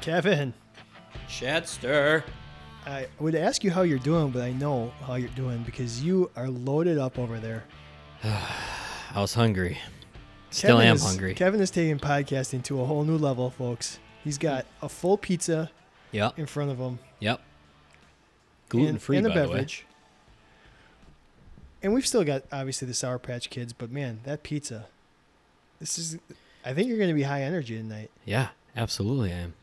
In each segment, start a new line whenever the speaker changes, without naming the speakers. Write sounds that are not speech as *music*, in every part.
Kevin,
Chadster.
I would ask you how you're doing, but I know how you're doing because you are loaded up over there.
I was hungry. Still
Kevin
am
is-
hungry.
Kevin is taking podcasting to a whole new level, folks. He's got a full pizza
Yep.
in front of him,
Yep.
and-
Gluten free,
and
by
a
the way.
beverage. And we've still got obviously the Sour Patch Kids, but man, that pizza. This is. I think you're going to be high energy tonight.
Yeah, absolutely. I am.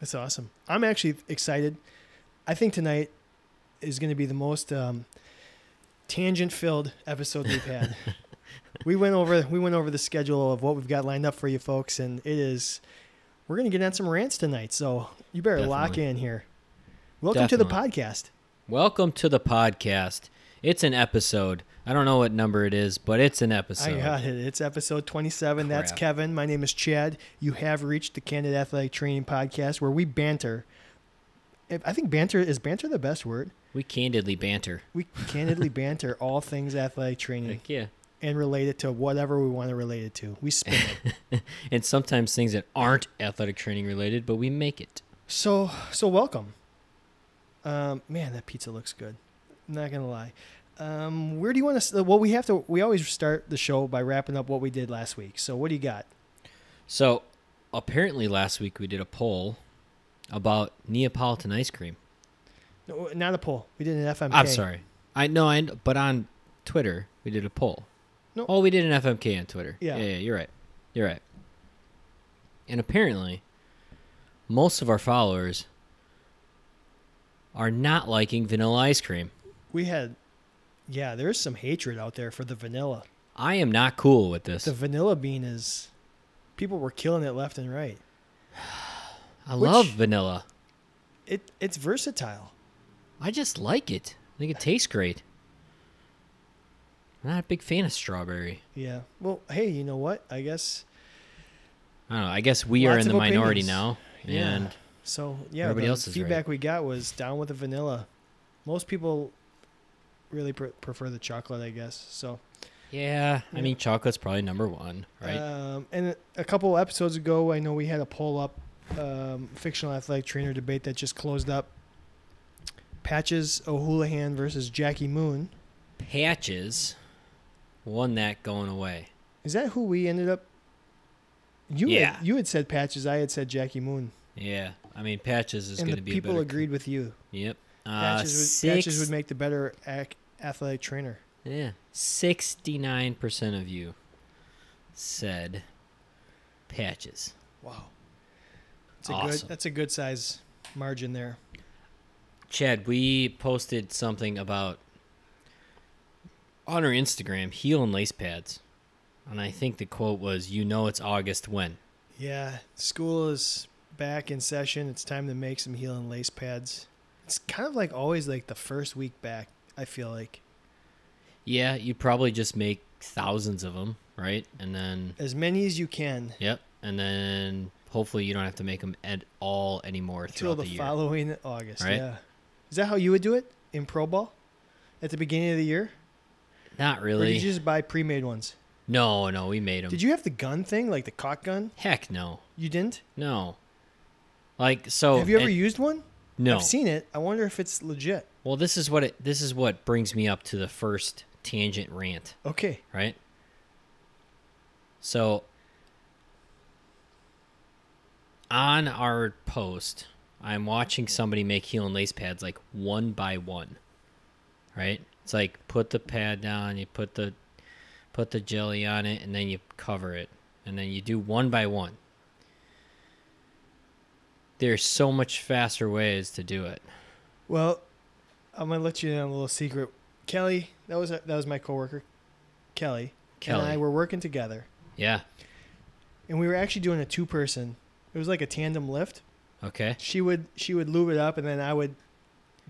That's awesome. I'm actually excited. I think tonight is going to be the most um, tangent-filled episode we've
*laughs*
had. we went over we went over the schedule of what we've got lined up for you folks, and it is we're going to get on some rants tonight. So you better lock
Definitely.
in here. Welcome to the
Definitely.
podcast.
Welcome to the podcast. It's an episode. I don't know what number it is, but it's an episode.
I uh, got it. It's episode 27. That's
Crap.
Kevin. My name is Chad. You have reached the Candid Athletic Training Podcast, where we banter. If- I think banter is banter the best word.
We candidly banter.
we
*laughs*
candidly banter all things athletic training
Like, yeah.
and relate it to whatever we want to relate it to. We spin
*laughs*
it.
And sometimes things that aren't athletic training related, but we make it.
so so welcome. Um, man, that pizza looks good. Not gonna lie. Um, where do you want to? Well, we have to. We always start the show by wrapping up what we did last week. So what do you got?
So apparently last week we did a poll about Neapolitan ice cream.
No, Not a poll. We did an FMK.
I'm sorry. I know, I but on Twitter we did a poll.
No.
Oh, we did an FMK on Twitter.
Yeah.
yeah, you're right. You're right. And apparently, most of our followers are not liking vanilla ice cream.
We had. Yeah, there's some hatred out there for the vanilla.
I am not cool with this.
The vanilla bean is. People were killing it left and right.
I
which-
love vanilla.
It it's versatile.
I just like it. I think it tastes great. I'm not a big fan of strawberry.
Yeah. Well, hey, you know what? I guess
I don't know. I guess we are
Lots
in the
of
minority
opinions.
now,
Yeah.
and
So yeah,
Everybody
the
else is
feedback we got was down with the vanilla. Most people really pre- prefer the chocolate, I guess. So,
yeah, I
Yeah.
mean, chocolate's probably number one, right?
um, and a couple episodes ago, I know we had a poll up, um, fictional athletic trainer debate that just closed up. Patches O'Houlihan versus Jackie Moon.
Patches won that going away.
Is that who we ended up? You
Yeah.
had, you had said Patches. I had said Jackie Moon,
Yeah, I mean Patches is
and
going
the
to be. a
people
better-
agreed with you.
Yep. Uh,
Patches, would,
six,
Patches would make the better ac- athletic trainer.
yeah, sixty-nine percent of you said Patches.
Wow. That's a
Awesome.
good that's a good size margin there.
Chad, we posted something about on our Instagram heel and lace pads, and I think the quote was, "You know it's August when."
Yeah, school is back in session. It's time to make some heel and lace pads. It's kind of like always like the first week back, I feel like.
Yeah, you probably just make thousands of them, right? And then
As many as you can
Yep. And then hopefully you don't have to make them at all anymore
till
throughout
the,
the, year.
following August.
Right.
Yeah. Is that how you would do it in pro ball? At the beginning of the year?
Not
Or
really.
did you just buy pre-made ones?
No, no, we made them.
Did you have the gun thing, like the cock gun?
Heck no.
You didn't?
No. Like so
have you ever
Oh, and-
used one?
No.
I've seen it. I wonder if it's legit.
well, this is what it this is what brings me up to the first tangent rant,
Okay.
right? So on our post, I'm watching somebody make heel and lace pads like one by one. Right? It's like put the pad down, you put the put the jelly on it, and then you cover it. And then you do one by one. There's so much faster ways to do it.
Well, I'm gonna let you in on a little secret. Kelly, that was that was my coworker, Kelly,
Kelly.
and I were working together,
Yeah.
and we were actually doing a two-person. It was like a tandem lift.
Okay.
She would she would lube it up, and then I would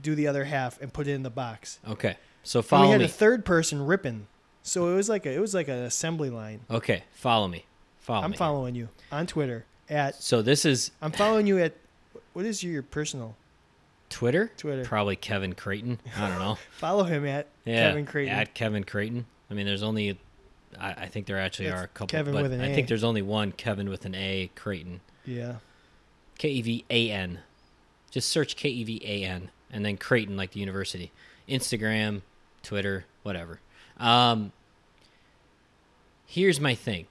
do the other half and put it in the box.
Okay. So
And we
follow
had
me.
a third person ripping, so it was like a it was like an assembly line.
okay. Follow me. Follow
I'm
me.
following you on Twitter at
So this is
I'm following you at what is your personal
Twitter?
Twitter?
Probably Kevin Creighton. I don't know.
Follow him at *laughs*
Yeah,
Kevin Creighton.
At Kevin Creighton. I mean, there's only, I, I think there actually
That's
are a couple.
Kevin
but
with an
I
A.
think there's only one Kevin with an A Creighton.
yeah,
K E V A N. Just search K E V A N and then Creighton, like the university. Instagram, Twitter, whatever. Um, here's my thing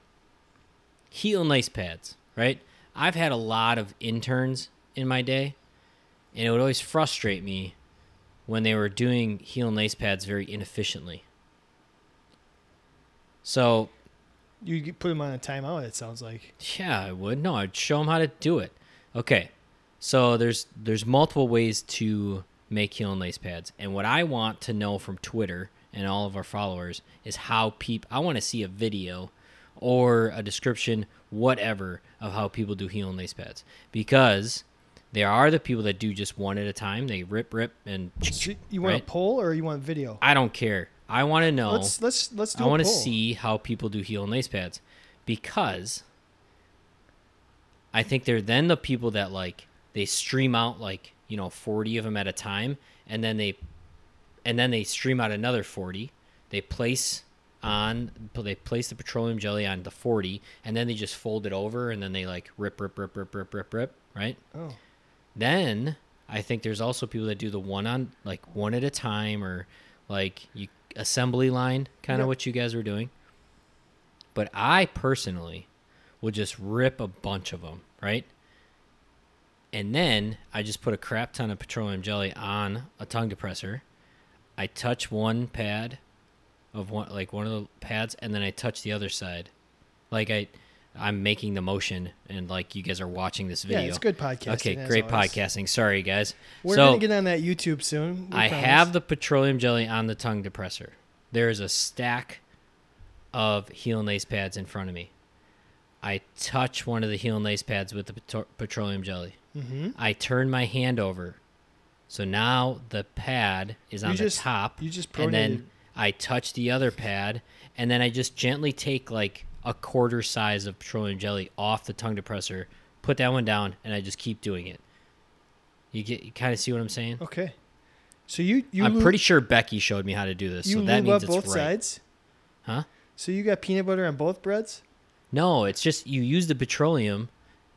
heel and lace pads, right? I've had a lot of interns in my day, and it would always frustrate me when they were doing heel and lace pads very inefficiently. So
You could put him on a timeout. It sounds like
yeah, I would. No, I'd show them how to do it. Okay, so there's there's multiple ways to make heel and lace pads, and what I want to know from Twitter and all of our followers is how people. I want to see a video or a description, whatever, of how people do heel and lace pads because there are the people that do just one at a time. They rip, rip, and
So you want
Right.
a poll or you want video?
I don't care. I want to know.
Let's let's let's do.
I
a
want to
poll.
see how people do heel and lace pads because I think they're then the people that like they stream out like you know 40 of them at a time and then they and then they stream out another 40 they place on they place the petroleum jelly on the 40 and then they just fold it over and then they like rip rip rip rip rip rip rip right
Oh,
then I think there's also people that do the one on like one at a time or like you assembly line kind of
Yeah.
what you guys were doing. But I personally will just rip a bunch of them, right? And then I just put a crap ton of petroleum jelly on a tongue depressor. I touch one pad of one like one of the pads and then I touch the other side. Like I I'm making the motion and like you guys are watching this video.
yeah, it's good podcasting.
Okay,
as
great
always.
podcasting. Sorry, guys.
We're
so
gonna get on that YouTube soon. we
I
promise.
have the petroleum jelly on the tongue depressor. There is a stack of heel and lace pads in front of me. I touch one of the heel and lace pads with the petro- petroleum jelly. Mm-hmm. I turn my hand over. So now the pad is
You
on
just-
the top.
you just
and
pronated-
then I touch the other pad, and then I just gently take like a quarter size of petroleum jelly off the tongue depressor, put that one down, and I just keep doing it. You get, you kind of see what I'm saying?
Okay, so you you
I'm
lube,
pretty sure Becky showed me how to do this,
you
so that
lube up
means it's
both
right.
sides.
Huh?
So you got peanut butter on both breads.
No, it's just you use the petroleum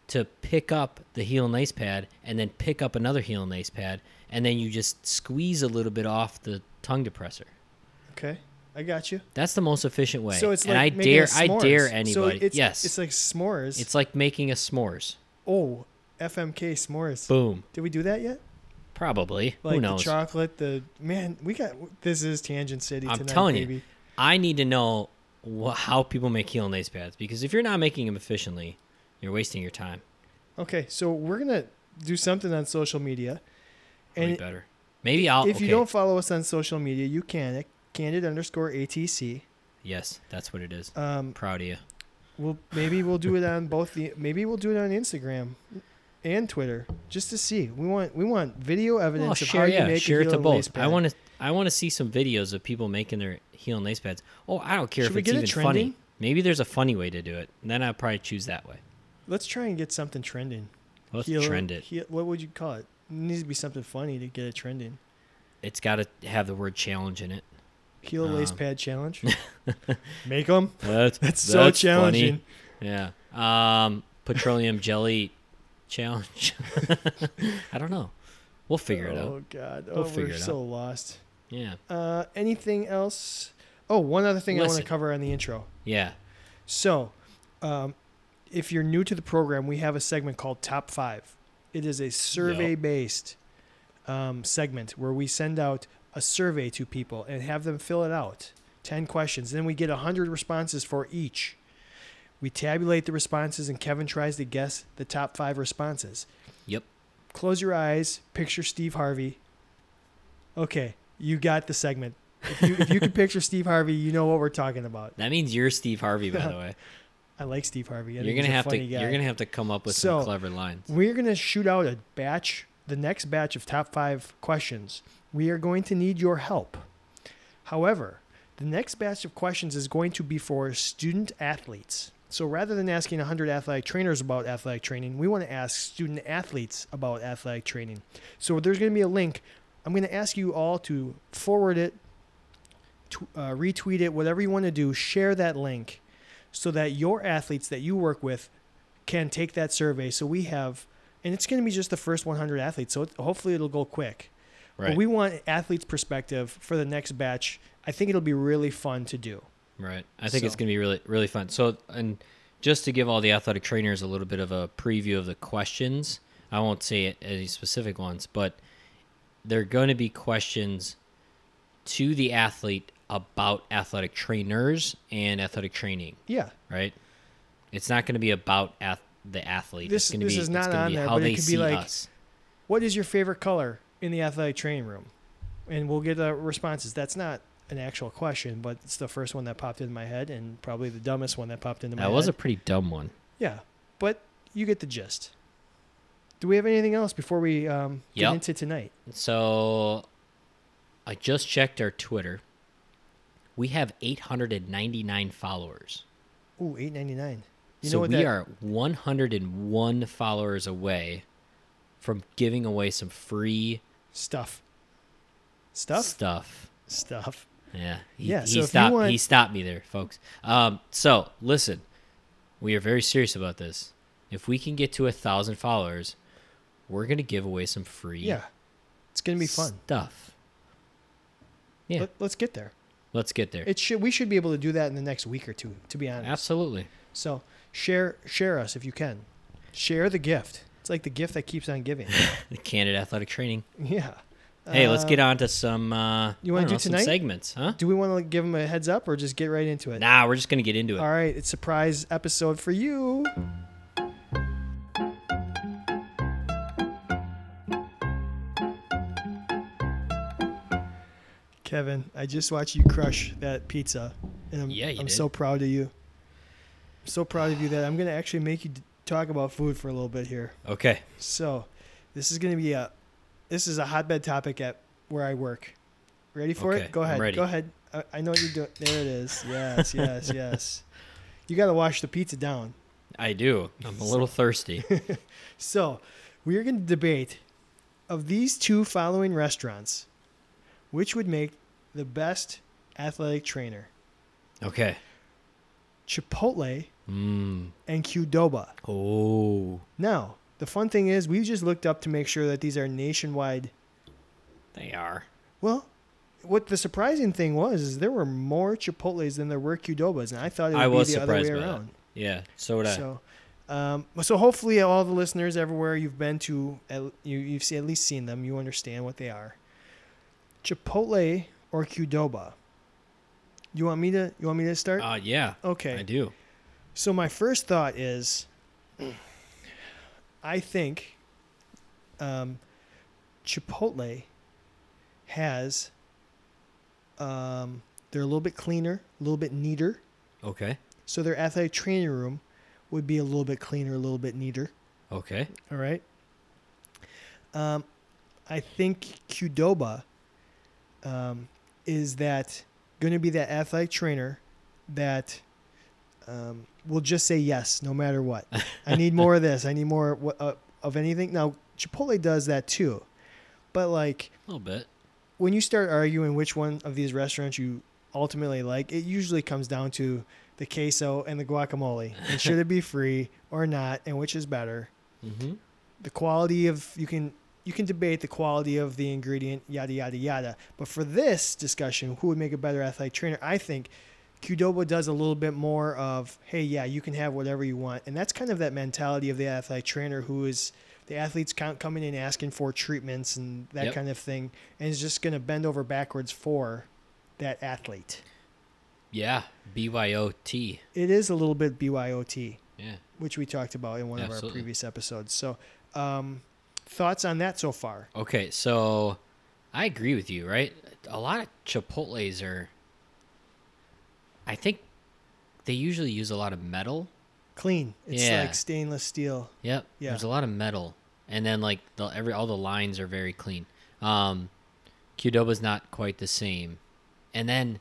to pick up the heel and lace pad, and then pick up another heel and lace pad, and then you just squeeze a little bit off the tongue depressor.
Okay, I got you.
That's the most efficient way.
So it's like
and I
making
dare,
a
I dare
s'mores.
anybody.
So it's,
yes,
it's like s'mores.
it's like making a s'mores.
oh, FMK s'mores.
Boom.
Did we do that yet?
Probably.
Like
Who knows?
the chocolate, the man. We got this is Tangent City.
I'm
tonight,
telling you.
baby.
I need to know wh- how people make heel and lace pads because if you're not making them efficiently, you're wasting your time.
Okay, so we're gonna do something on social media,
Way
and
better. Maybe I'll.
if you
uh, okay.
don't follow us on social media, you can at candid underscore atc.
Yes, that's what it is.
Um,
Proud of you.
we'll maybe we'll do it
*laughs*
on both the maybe we'll do it on Instagram and Twitter just to see. We want we want video evidence
Well,
of
Oh, share,
how you
yeah,
make
share
a
it
heel
to
and lace
both. I
pad.
want to. I want to see some videos of people making their heel and lace pads. Oh, I don't care
Should
if
we
it's
get it
even funny.
trending?
Maybe there's a funny way to do it. And then I'd probably choose that way.
Let's try and get something trending.
Let's
Heel-
trend it.
heel- what would you call it? It needs to be something funny to get it trending.
It's got to have the word challenge in it.
Heel lace
Um,
pad
*laughs*
challenge. Make them.
That's,
*laughs* That's so challenging.
Yeah. Um, petroleum
*laughs*
jelly challenge. *laughs* I don't know. We'll figure it out.
Oh God,
We'll
oh,
figure
we're
it
so lost.
Yeah.
Uh, anything else? Oh, one other thing I want
Listen.
to cover on the intro.
Yeah.
So, um, if you're new to the program, we have a segment called Top Five. It is a survey based um, segment where we send out a survey to people and have them fill it out 10 questions. Then we get 100 responses for each. We tabulate the responses, and Kevin tries to guess the top five responses.
Yep.
Close your eyes, picture Steve Harvey. Okay, you got the segment. If you, if you can picture Steve Harvey, you know what we're talking about.
That means you're Steve
*laughs*
Harvey, by the way.
I like Steve Harvey. I
You're
think
gonna
he's a
have to.
funny guy.
You're gonna have to come up with some
So,
clever lines.
We're going to shoot out a batch, the next batch of top five questions. We are going to need your help. However, the next batch of questions is going to be for student athletes. So rather than asking 100 athletic trainers about athletic training, we want to ask student athletes about athletic training. So there's going to be a link. I'm going to ask you all to forward it, tw- uh, retweet it, whatever you want to do, share that link so that your athletes that you work with can take that survey. So we have and it's going to be just the first 100 athletes. So it, hopefully it'll go quick.
Right.
But we want athletes' perspective for the next batch. I think it'll be really fun to do.
Right. I think it's
So-
going to be really really fun. So and just to give all the athletic trainers a little bit of a preview of the questions, I won't say it, any specific ones, but they're going to be questions to the athlete about athletic trainers and athletic training,
Yeah.
right? It's not going to be about ath- the athlete.
This-
it's going to
this
be
is
it's
not
gonna
on
be
there,
how
but it
they
could be
see
like-
us.
What is your favorite color in the athletic training room? And we'll get the responses. That's not an actual question, but it's the first one that popped into my head and probably the dumbest one that popped into my
That
head.
was a pretty dumb one.
Yeah, but you get the gist. Do we have anything else before we um, get
Yep.
into tonight?
So I just checked our Twitter. We have 899 followers.
Ooh, eight ninety nine. You
so
know what
we
that,
are 101 followers away from giving away some free
stuff. Stuff.
stuff.
stuff.
Yeah. He,
Yeah,
he
so if you
stopped
want-
he stopped me there, folks. Um, so listen, we are very serious about this. If we can get to a thousand followers, we're gonna give away some free
Yeah, it's gonna be fun.
stuff. Yeah.
Let, let's get there.
Let's get there.
It should. We should be able to do that in the next week or two. To be honest.
Absolutely. *laughs*
So share share us if you can. Share the gift. It's like the gift that keeps on giving. *laughs*
The Candid Athletic Training.
yeah.
Hey, let's
Uh,
get on to some. Uh,
you
I
wanna
don't
do
know, some
tonight?
segments, huh?
Do we want to give them a heads up or just get right into it?
Nah, we're just gonna get into it.
All right, it's surprise episode for you. Kevin, I just watched you crush that pizza, and I'm,
Yeah, you
I'm
did.
so proud of you. I'm so proud of you that I'm gonna actually make you d- talk about food for a little bit here.
Okay.
So, this is gonna be a this is a hotbed topic at where I work. Ready for
Okay,
it? Go
I'm
ahead.
ready.
Go ahead. I, I know what you're doing. There it is. Yes,
*laughs*
yes, yes. You gotta wash the pizza down.
I do. I'm
*laughs*
a little thirsty.
So, we are gonna debate of these two following restaurants, which would make the best athletic trainer:
Okay.
Chipotle
Mm.
and Qdoba.
Oh.
Now, the fun thing is, we just looked up to make sure that these are nationwide
They are.
Well, what the surprising thing was is there were more Chipotles than there were Qdobas, and I thought it would
I was
be the other way
surprised by that.
around.
Yeah. So would I.
So, um, so hopefully, all the listeners everywhere you've been to, at, you you've see, at least seen them, you understand what they are. Chipotle or Qdoba. You want me to? You want me to start?
uh, yeah.
okay.
I do.
So my first thought is, I think um, Chipotle has um, they're a little bit cleaner, a little bit neater.
Okay.
So their athletic training room would be a little bit cleaner, a little bit neater.
Okay.
All right. Um, I think Qdoba um, is that going to be that athletic trainer that um, will just say yes no matter what. I need more of this. I need more wha- uh, of anything. Now Chipotle does that too, but like
A little bit.
when you start arguing which one of these restaurants you ultimately like, it usually comes down to the queso and the guacamole. And should it be free or not, and which is better?
Mm-hmm.
the quality of you can you can debate the quality of the ingredient yada yada yada but for this discussion who would make a better athletic trainer i think Qdoba does a little bit more of hey yeah you can have whatever you want and that's kind of that mentality of the athletic trainer who is the athletes count coming in asking for treatments and that
Yep.
kind of thing and is just going to bend over backwards for that athlete
Yeah. BYOT.
it is a little bit byot
Yeah.
which we talked about in one of our
Absolutely.
previous episodes so um, thoughts on that so far
Okay. So I agree with you, right? A lot of Chipotle's are. I think they usually use a lot of metal.
clean. It's
Yeah.
like stainless steel.
Yep.
Yeah.
There's a lot of metal, and then like the, every all the lines are very clean. Um, Qdoba's not quite the same, and then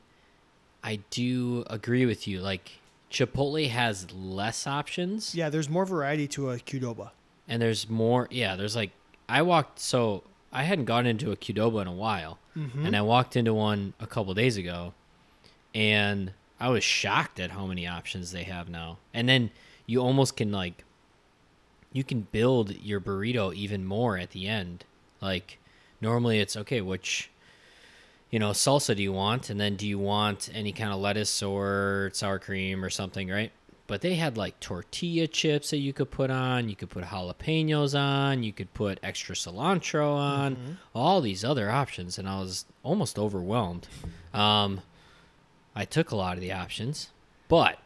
I do agree with you. Like Chipotle has less options,
Yeah, there's more variety to a Qdoba.
and there's more. Yeah, there's like I walked so I hadn't gone into a Qdoba in a while, and I walked into one a couple days ago, and I was shocked at how many options they have now. And then you almost can like you can build your burrito even more at the end. Like normally it's okay, which you know, salsa do you want? And then do you want any kind of lettuce or sour cream or something, right? But they had like tortilla chips that you could put on, you could put jalapenos on, you could put extra cilantro on, all these other options and I was almost overwhelmed. Um I took a lot of the options, but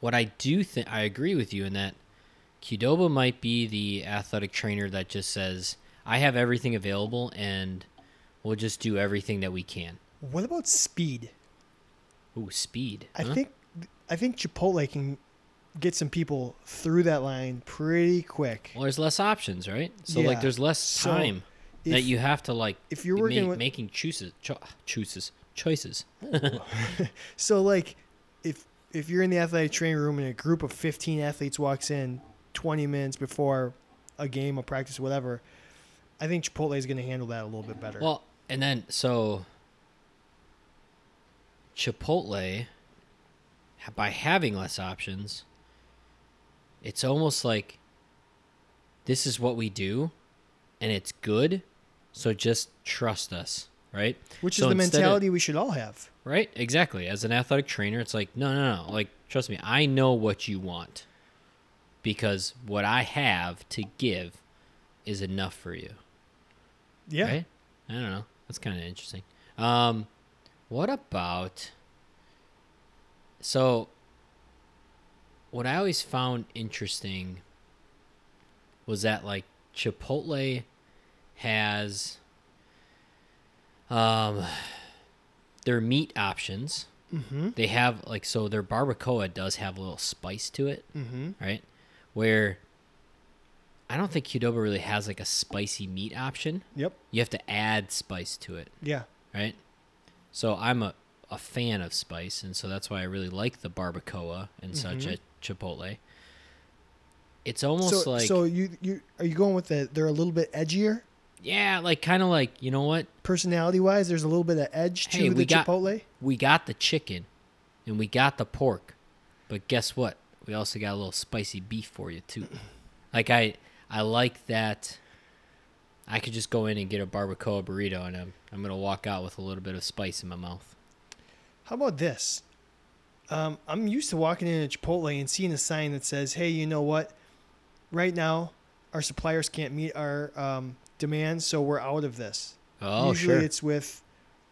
what I do think I agree with you in that Qdoba might be the athletic trainer that just says, "I have everything available, and we'll just do everything that we can."
What about speed?
Ooh, speed!
I
huh?
think I think Chipotle can get some people through that line pretty quick.
well, there's less options, right? So
Yeah.
like, there's less
So,
time
if-
that you have to like
if you're
be
working
ma-
with-
making choices, cho- choices, choices.
So like if if you're in the athletic training room and a group of 15 athletes walks in 20 minutes before a game, a practice, whatever, I think Chipotle is going to handle that a little bit better.
Well, and then so Chipotle ha- by having less options, it's almost like this is what we do and it's good, so just trust us, right?
Which
So
is the
instead of-
mentality we should all have.
right? Exactly. As an athletic trainer, it's like, no, no, no. Like, trust me, I know what you want because what I have to give is enough for you.
Yeah.
Right? I don't know. That's kind of interesting. Um, what about. So, what I always found interesting was that, like, Chipotle has um, their meat options.
Mhm.
They have, like, so their barbacoa does have a little spice to it
Mhm.
right? Where I don't think Qdoba really has like a spicy meat option.
Yep.
You have to add spice to it,
Yeah.
right? So I'm a, a fan of spice, and so that's why I really like the barbacoa and such at Chipotle. It's almost
Mm-hmm. so
like
so you you are you going with the they're a little bit edgier
yeah, like kind of like you know what
personality wise. There's a little bit of edge to
Hey,
the
we got-
Chipotle.
we got the chicken, and we got the pork, but guess what? We also got a little spicy beef for you too. Like I, I like that. I could just go in and get a barbacoa burrito, and I'm I'm gonna walk out with a little bit of spice in my mouth.
How about this? Um, I'm used to walking in a Chipotle and seeing a sign that says, "Hey, you know what? Right now, our suppliers can't meet our um, demands, so we're out of this."
Oh
Usually,
sure.
it's with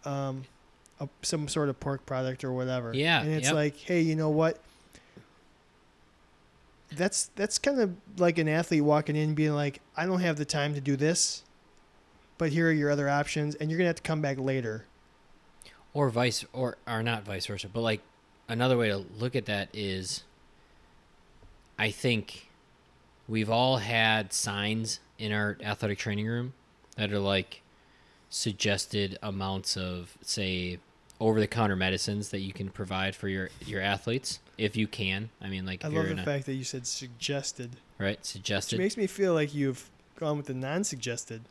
um, a, some sort of pork product or whatever.
Yeah,
and it's
yep.
like, "Hey, you know what?" That's that's kind of like an athlete walking in being like, "I don't have the time to do this, but here are your other options, and you're gonna have to come back later."
or vice or or not vice versa, but like another way to look at that is, I think we've all had signs in our athletic training room that are like suggested amounts of say over the counter medicines that you can provide for your your athletes if you can. I mean, like
I
if you're
love
in
the
a,
fact that you said suggested.
right
Which
suggested.
makes me feel like you've gone with the non-suggested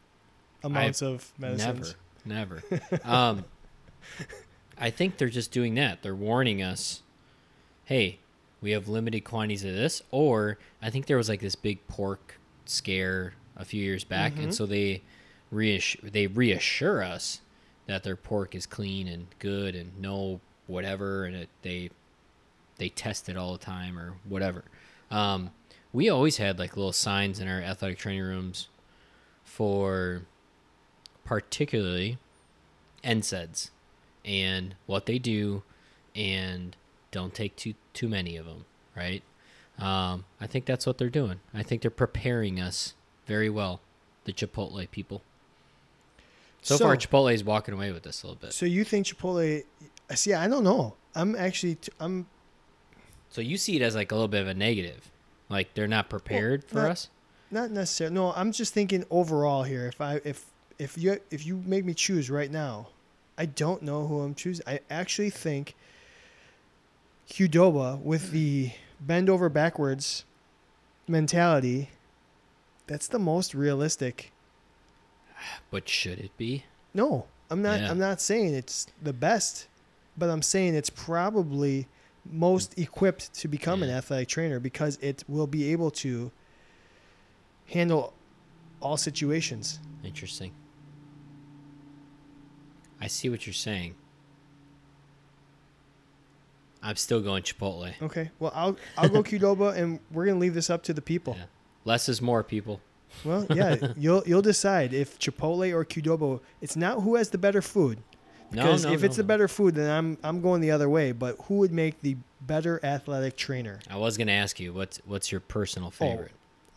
amounts of medicines.
Never, never. *laughs* um, I think they're just doing that. They're warning us, hey, we have limited quantities of this. Or I think there was like this big pork scare a few years back, and so they reassure they reassure us that their pork is clean and good and no whatever, and it, they they test it all the time or whatever. Um, we always had like little signs in our athletic training rooms for particularly NSAIDs and what they do, and don't take too too many of them, right? Um, I think that's what they're doing. I think they're preparing us very well, the Chipotle people. So, far,
So-
Chipotle is walking away with this a little bit.
So you think Chipotle? See, I don't know. I'm actually t- I'm
So you see it as like a little bit of a negative, like they're not prepared for
not-
us.
not necessarily. No, I'm just thinking overall here. If I if if you if you make me choose right now, I don't know who I'm choosing. I actually think Qdoba with the bend over backwards mentality. That's the most realistic.
But should it be?
No, I'm not.
Yeah.
I'm not saying it's the best, but I'm saying it's probably most equipped to become an
Yeah.
athletic trainer because it will be able to handle all situations.
Interesting. I see what you're saying. I'm still going Chipotle.
Okay. Well, I'll I'll
*laughs*
go Qdoba, and we're gonna leave this up to the people.
Yeah. Less is more, people.
Well, yeah,
*laughs*
you'll you'll decide if Chipotle or Qdoba. It's not who has the better food.
No,
Because
no,
if
no,
it's the
no.
better food, then I'm I'm going the other way. But who would make the better athletic trainer?
I was gonna ask you what's what's your
Oh.
personal favorite.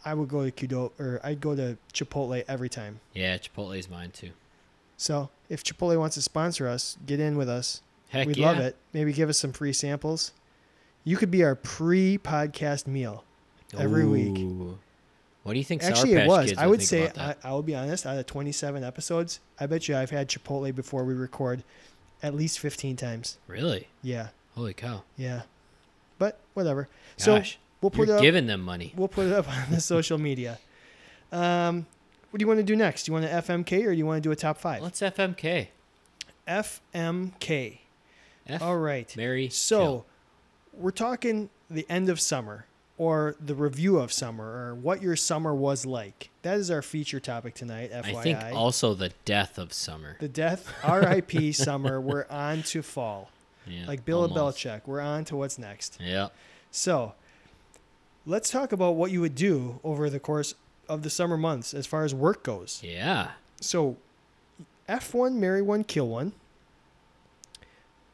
I would go to Qdoba, or I'd go to Chipotle every time.
Yeah, Chipotle's mine too.
So if Chipotle wants to sponsor us, get in with us.
Heck
We'd
yeah.
love it. Maybe give us some free samples. You could be our pre-podcast meal. every week.
Ooh. What do you think?
Actually,
Sour
it
Patch
was.
Kids
I
will
would
think
say
about
I,
that?
I will be honest. Out of 27 episodes, I bet you I've had Chipotle before we record, at least 15 times.
really.
Yeah,
Holy cow!
yeah. But whatever. So
Gosh,
we'll put it
you're
up.
giving them money.
We'll put it up *laughs* on the social media. Um, what do you want to do next? Do you want to FMK or do you want to do a top 5
Let's FMK.
FMK.
F
All right.
Mary.
So
kill.
we're talking the end of summer or the review of summer or what your summer was like. That is our feature topic tonight, FYI.
I think also the death of summer.
the death,
*laughs*
RIP summer, we're on to fall.
Yeah,
like Bill
almost.
Belichick, we're on to what's next.
Yeah.
So let's talk about what you would do over the course of the summer months as far as work goes.
Yeah.
So F1, marry one, kill one,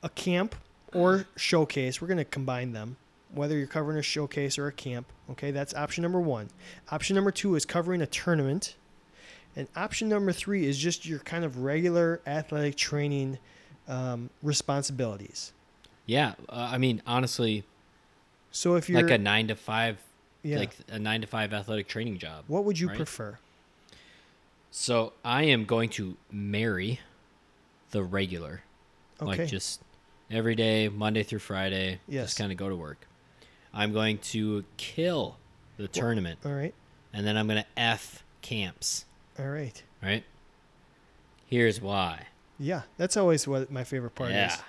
a camp or showcase. We're going to combine them, whether you're covering a showcase or a camp. Okay, that's option number one. Option number two is covering a tournament. And option number three is just your kind of regular athletic training um, responsibilities.
Yeah. Uh, I mean, honestly,
So if you're
like a nine to five,
yeah,
like a nine to five athletic training job.
what would you
right?
prefer?
So I am going to marry the regular,
Okay.
like just every day, Monday through Friday.
Yes.
Just kind of go to work. I'm going to kill the tournament,
all right.
and then I'm going to f camps.
All right.
Right. Here's why.
Yeah, that's always what my favorite part
yeah.
is.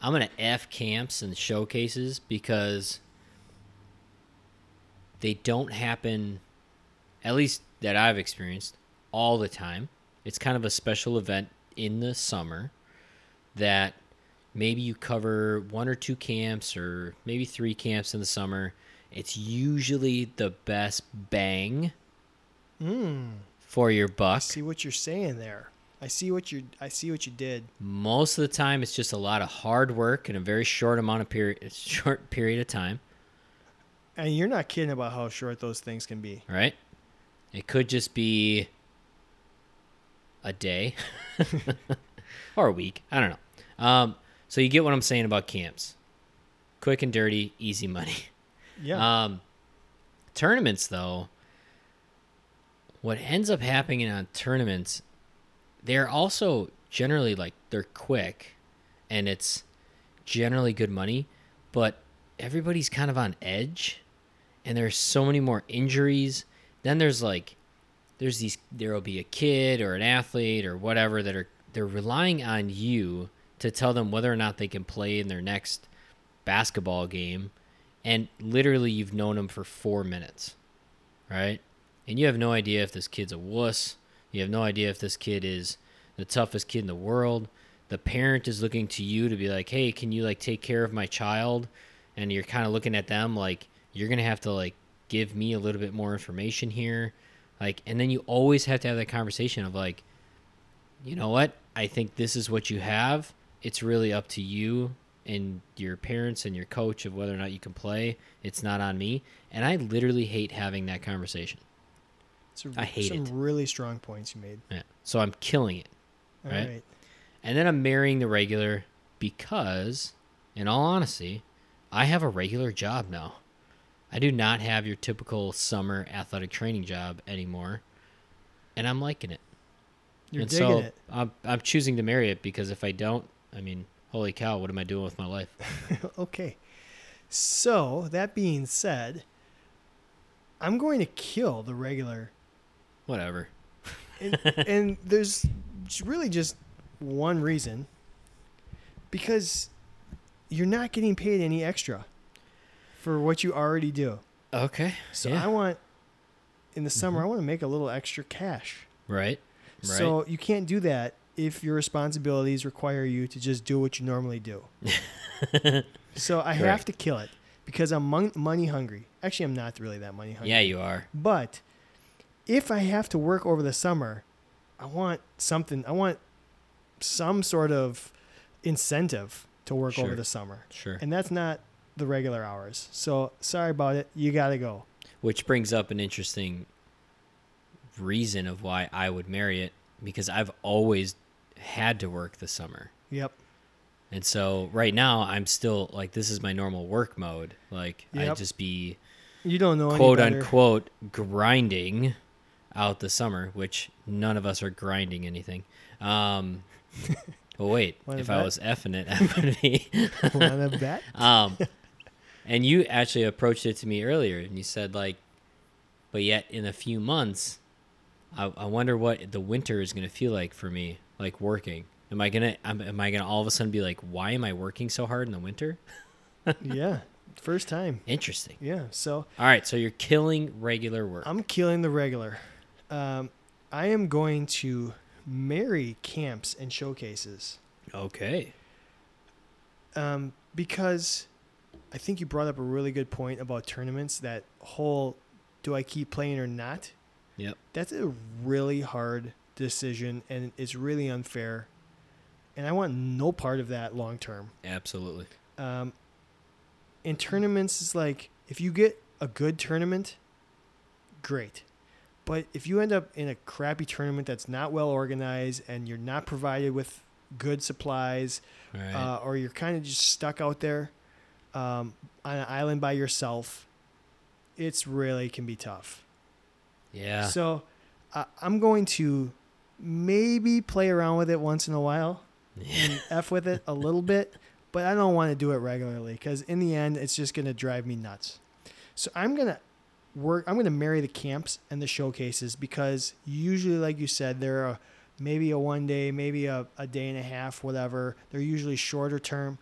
I'm gonna f camps and showcases because they don't happen, at least that I've experienced, all the time. It's kind of a special event in the summer that maybe you cover one or two camps or maybe three camps in the summer. It's usually the best bang for your buck.
Hmm. see what you're saying there. I see what you I see what you did.
most of the time it's just a lot of hard work in a very short amount of period *laughs* short period of time
And you're not kidding about how short those things can be.
right it could just be a day *laughs* or a week i don't know um, so you get what i'm saying about camps quick and dirty easy money *laughs*
Yeah.
Um, tournaments, though, what ends up happening on tournaments, they're also generally like they're quick, and it's generally good money, but everybody's kind of on edge, and there's so many more injuries. Then there's like, there's these there'll be a kid or an athlete or whatever that are they're relying on you to tell them whether or not they can play in their next basketball game and literally you've known him for four minutes, right? And you have no idea if this kid's a wuss. You have no idea if this kid is the toughest kid in the world. The parent is looking to you to be like, hey, can you like take care of my child? And you're kind of looking at them like, you're going to have to like give me a little bit more information here. Like, and then you always have to have that conversation of like, you know what? I think this is what you have. It's really up to you and your parents and your coach of whether or not you can play. It's not on me. And I literally hate having that conversation.
Some-
I hate
some
it.
really strong points you made.
Yeah. So I'm killing it.
All right. *laughs*
Right. And then I'm marrying the regular because, in all honesty, I have a regular job now. I do not have your typical summer athletic training job anymore. And I'm liking it.
You're
and
digging
so
it.
I'm, I'm choosing to marry it because if I don't, I mean, holy cow, what am I doing with my life?
okay. So that being said, I'm going to kill the regular,
Whatever.
and,
*laughs*
and there's really just one reason. Because you're not getting paid any extra for what you already do.
Okay.
So
yeah. Mm-hmm.
I want in the summer I want to make a little extra cash.
right. Right.
So you can't do that if your responsibilities require you to just do what you normally
*laughs*
do. so I have
Correct.
to kill it because I'm mon- money hungry. Actually, I'm not really that money hungry.
yeah, you are.
But if I have to work over the summer, I want something. I want some sort of incentive to work over
Sure.
the summer.
Sure.
And that's not the regular hours. So sorry about it. You got to go.
Which brings up an interesting reason of why I would marry it because I've always had to work the summer.
Yep.
And so right now I'm still like this is my normal work mode. Like
Yep.
I'd just be
You don't know any
quote
better. *laughs*
unquote grinding out the summer, which none of us are grinding anything.
*laughs*
Um well wait,
Wanna
if I
bet?
was effing it, *laughs* I would be
Wanna
*laughs*
bet?
um, and you actually approached it to me earlier, and you said like, but yet in a few months, I, I wonder what the winter is going to feel like for me, like working. Am I gonna am, am I gonna all of a sudden be like, why am I working so hard in the winter? *laughs*
yeah. First time.
Interesting.
Yeah. So
All right, so you're killing regular work.
I'm killing the regular. Um, I am going to marry camps and showcases
okay.
um, because I think you brought up a really good point about tournaments. That whole do I keep playing or not?
Yep.
That's a really hard decision and it's really unfair. And I want no part of that long term.
Absolutely.
Um, in tournaments, it's like if you get a good tournament, great. But if you end up in a crappy tournament that's not well organized and you're not provided with good supplies,
All right.
uh, or you're kind of just stuck out there um, on an island by yourself, it's really can be tough.
yeah.
So uh, I'm going to maybe play around with it once in a while and F with it a little bit, but I don't want to do it regularly because in the end, it's just going to drive me nuts. So I'm going to work, I'm going to marry the camps and the showcases because usually, like you said, they're a, maybe a one day, maybe a, a day and a half, whatever. They're usually shorter term.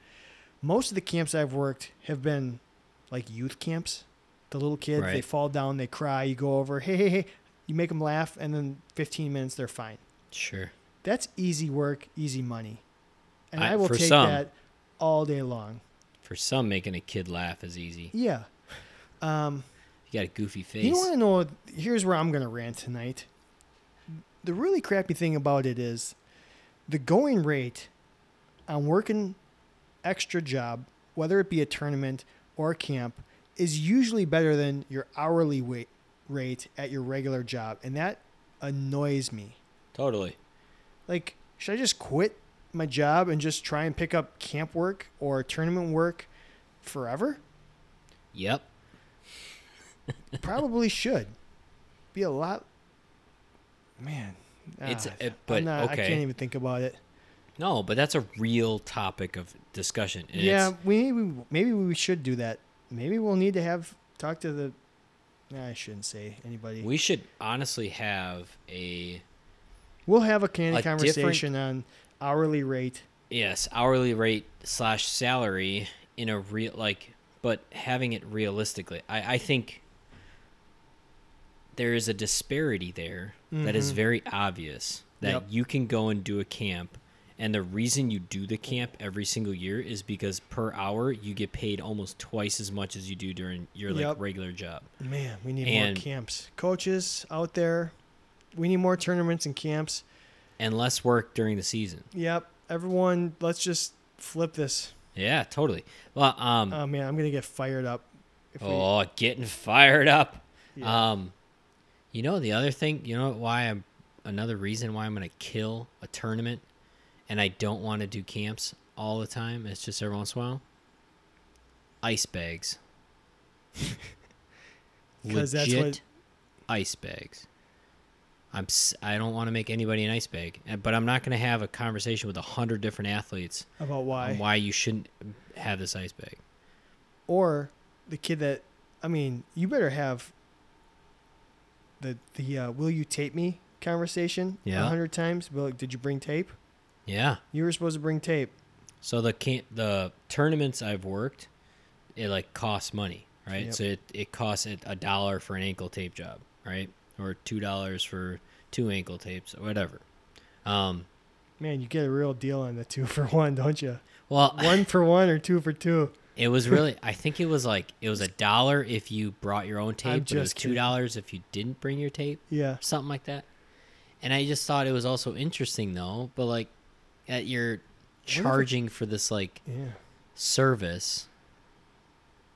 Most of the camps I've worked have been like youth camps. The little kids, they
Right.
fall down, they cry, you go over, hey, hey, hey, you make them laugh, and then 15 minutes, they're fine
sure.
that's easy work, easy money. And I,
I-
will
for
take
some.
that all day long.
For some, making a kid laugh is easy.
Yeah. Um,
You got a goofy face.
you want to know? Here's where I'm going to rant tonight. The really crappy thing about it is the going rate on working extra job, whether it be a tournament or a camp, is usually better than your hourly wait, rate at your regular job. And that annoys me.
totally.
like should i just quit my job and just try and pick up camp work or tournament work forever
Yep.
probably should be a lot man
It's-
ah,
it- but,
I'm not- i
okay.
can't even think about it
No, but that's a real topic of discussion. And
yeah
It's,
we, we maybe we should do that maybe we'll need to have talk to the nah, i shouldn't say anybody we,
we should honestly have a
will have a candid
A different-
conversation on hourly rate
yes hourly rate slash salary in a real like, but having it realistically. I I think there is a disparity there that is very obvious. That
Mm-hmm. Yep.
you can go and do a camp, and the reason you do the camp every single year is because per hour you get paid almost twice as much as you do during your like
Yep.
regular job.
Man, we need
And-
more camps. Coaches out there, we need more tournaments and camps.
and less work during the season.
Yep. Everyone, let's just flip this.
Yeah, totally. Well, um,
Oh man, I'm gonna get fired up. If
oh, getting fired up.
Yeah.
Um, you know the other thing. You know why I'm another reason why I'm gonna kill a tournament, and I don't want to do camps all the time. It's just every once in a while. Ice
*laughs*
bags.
'Cause
Legit
that's what-
ice bags. I'm s- I don't want to make anybody an ice bag, and- but I'm not going to have a conversation with a hundred different athletes
we, about why?
on why you shouldn't have this ice bag.
or the kid that I mean, you better have the the uh, will you tape me conversation a
Yeah.
hundred times. Well, did you bring tape?
Yeah,
You were supposed to bring tape.
So the can the tournaments I've worked, it like costs money, right?
Yep.
So it, it costs it a dollar for an ankle tape job, right? Or two dollars for two ankle tapes or whatever. Um,
Man, you get a real deal on the two for one, don't you?
well,
One for one or two for two.
it was really I think it was like it was a dollar if you brought your own tape, but it was
just
two
kidding.
dollars if you didn't bring your tape.
Yeah.
something like that. And I just thought it was also interesting though, but like that you're charging for this like
Yeah.
service.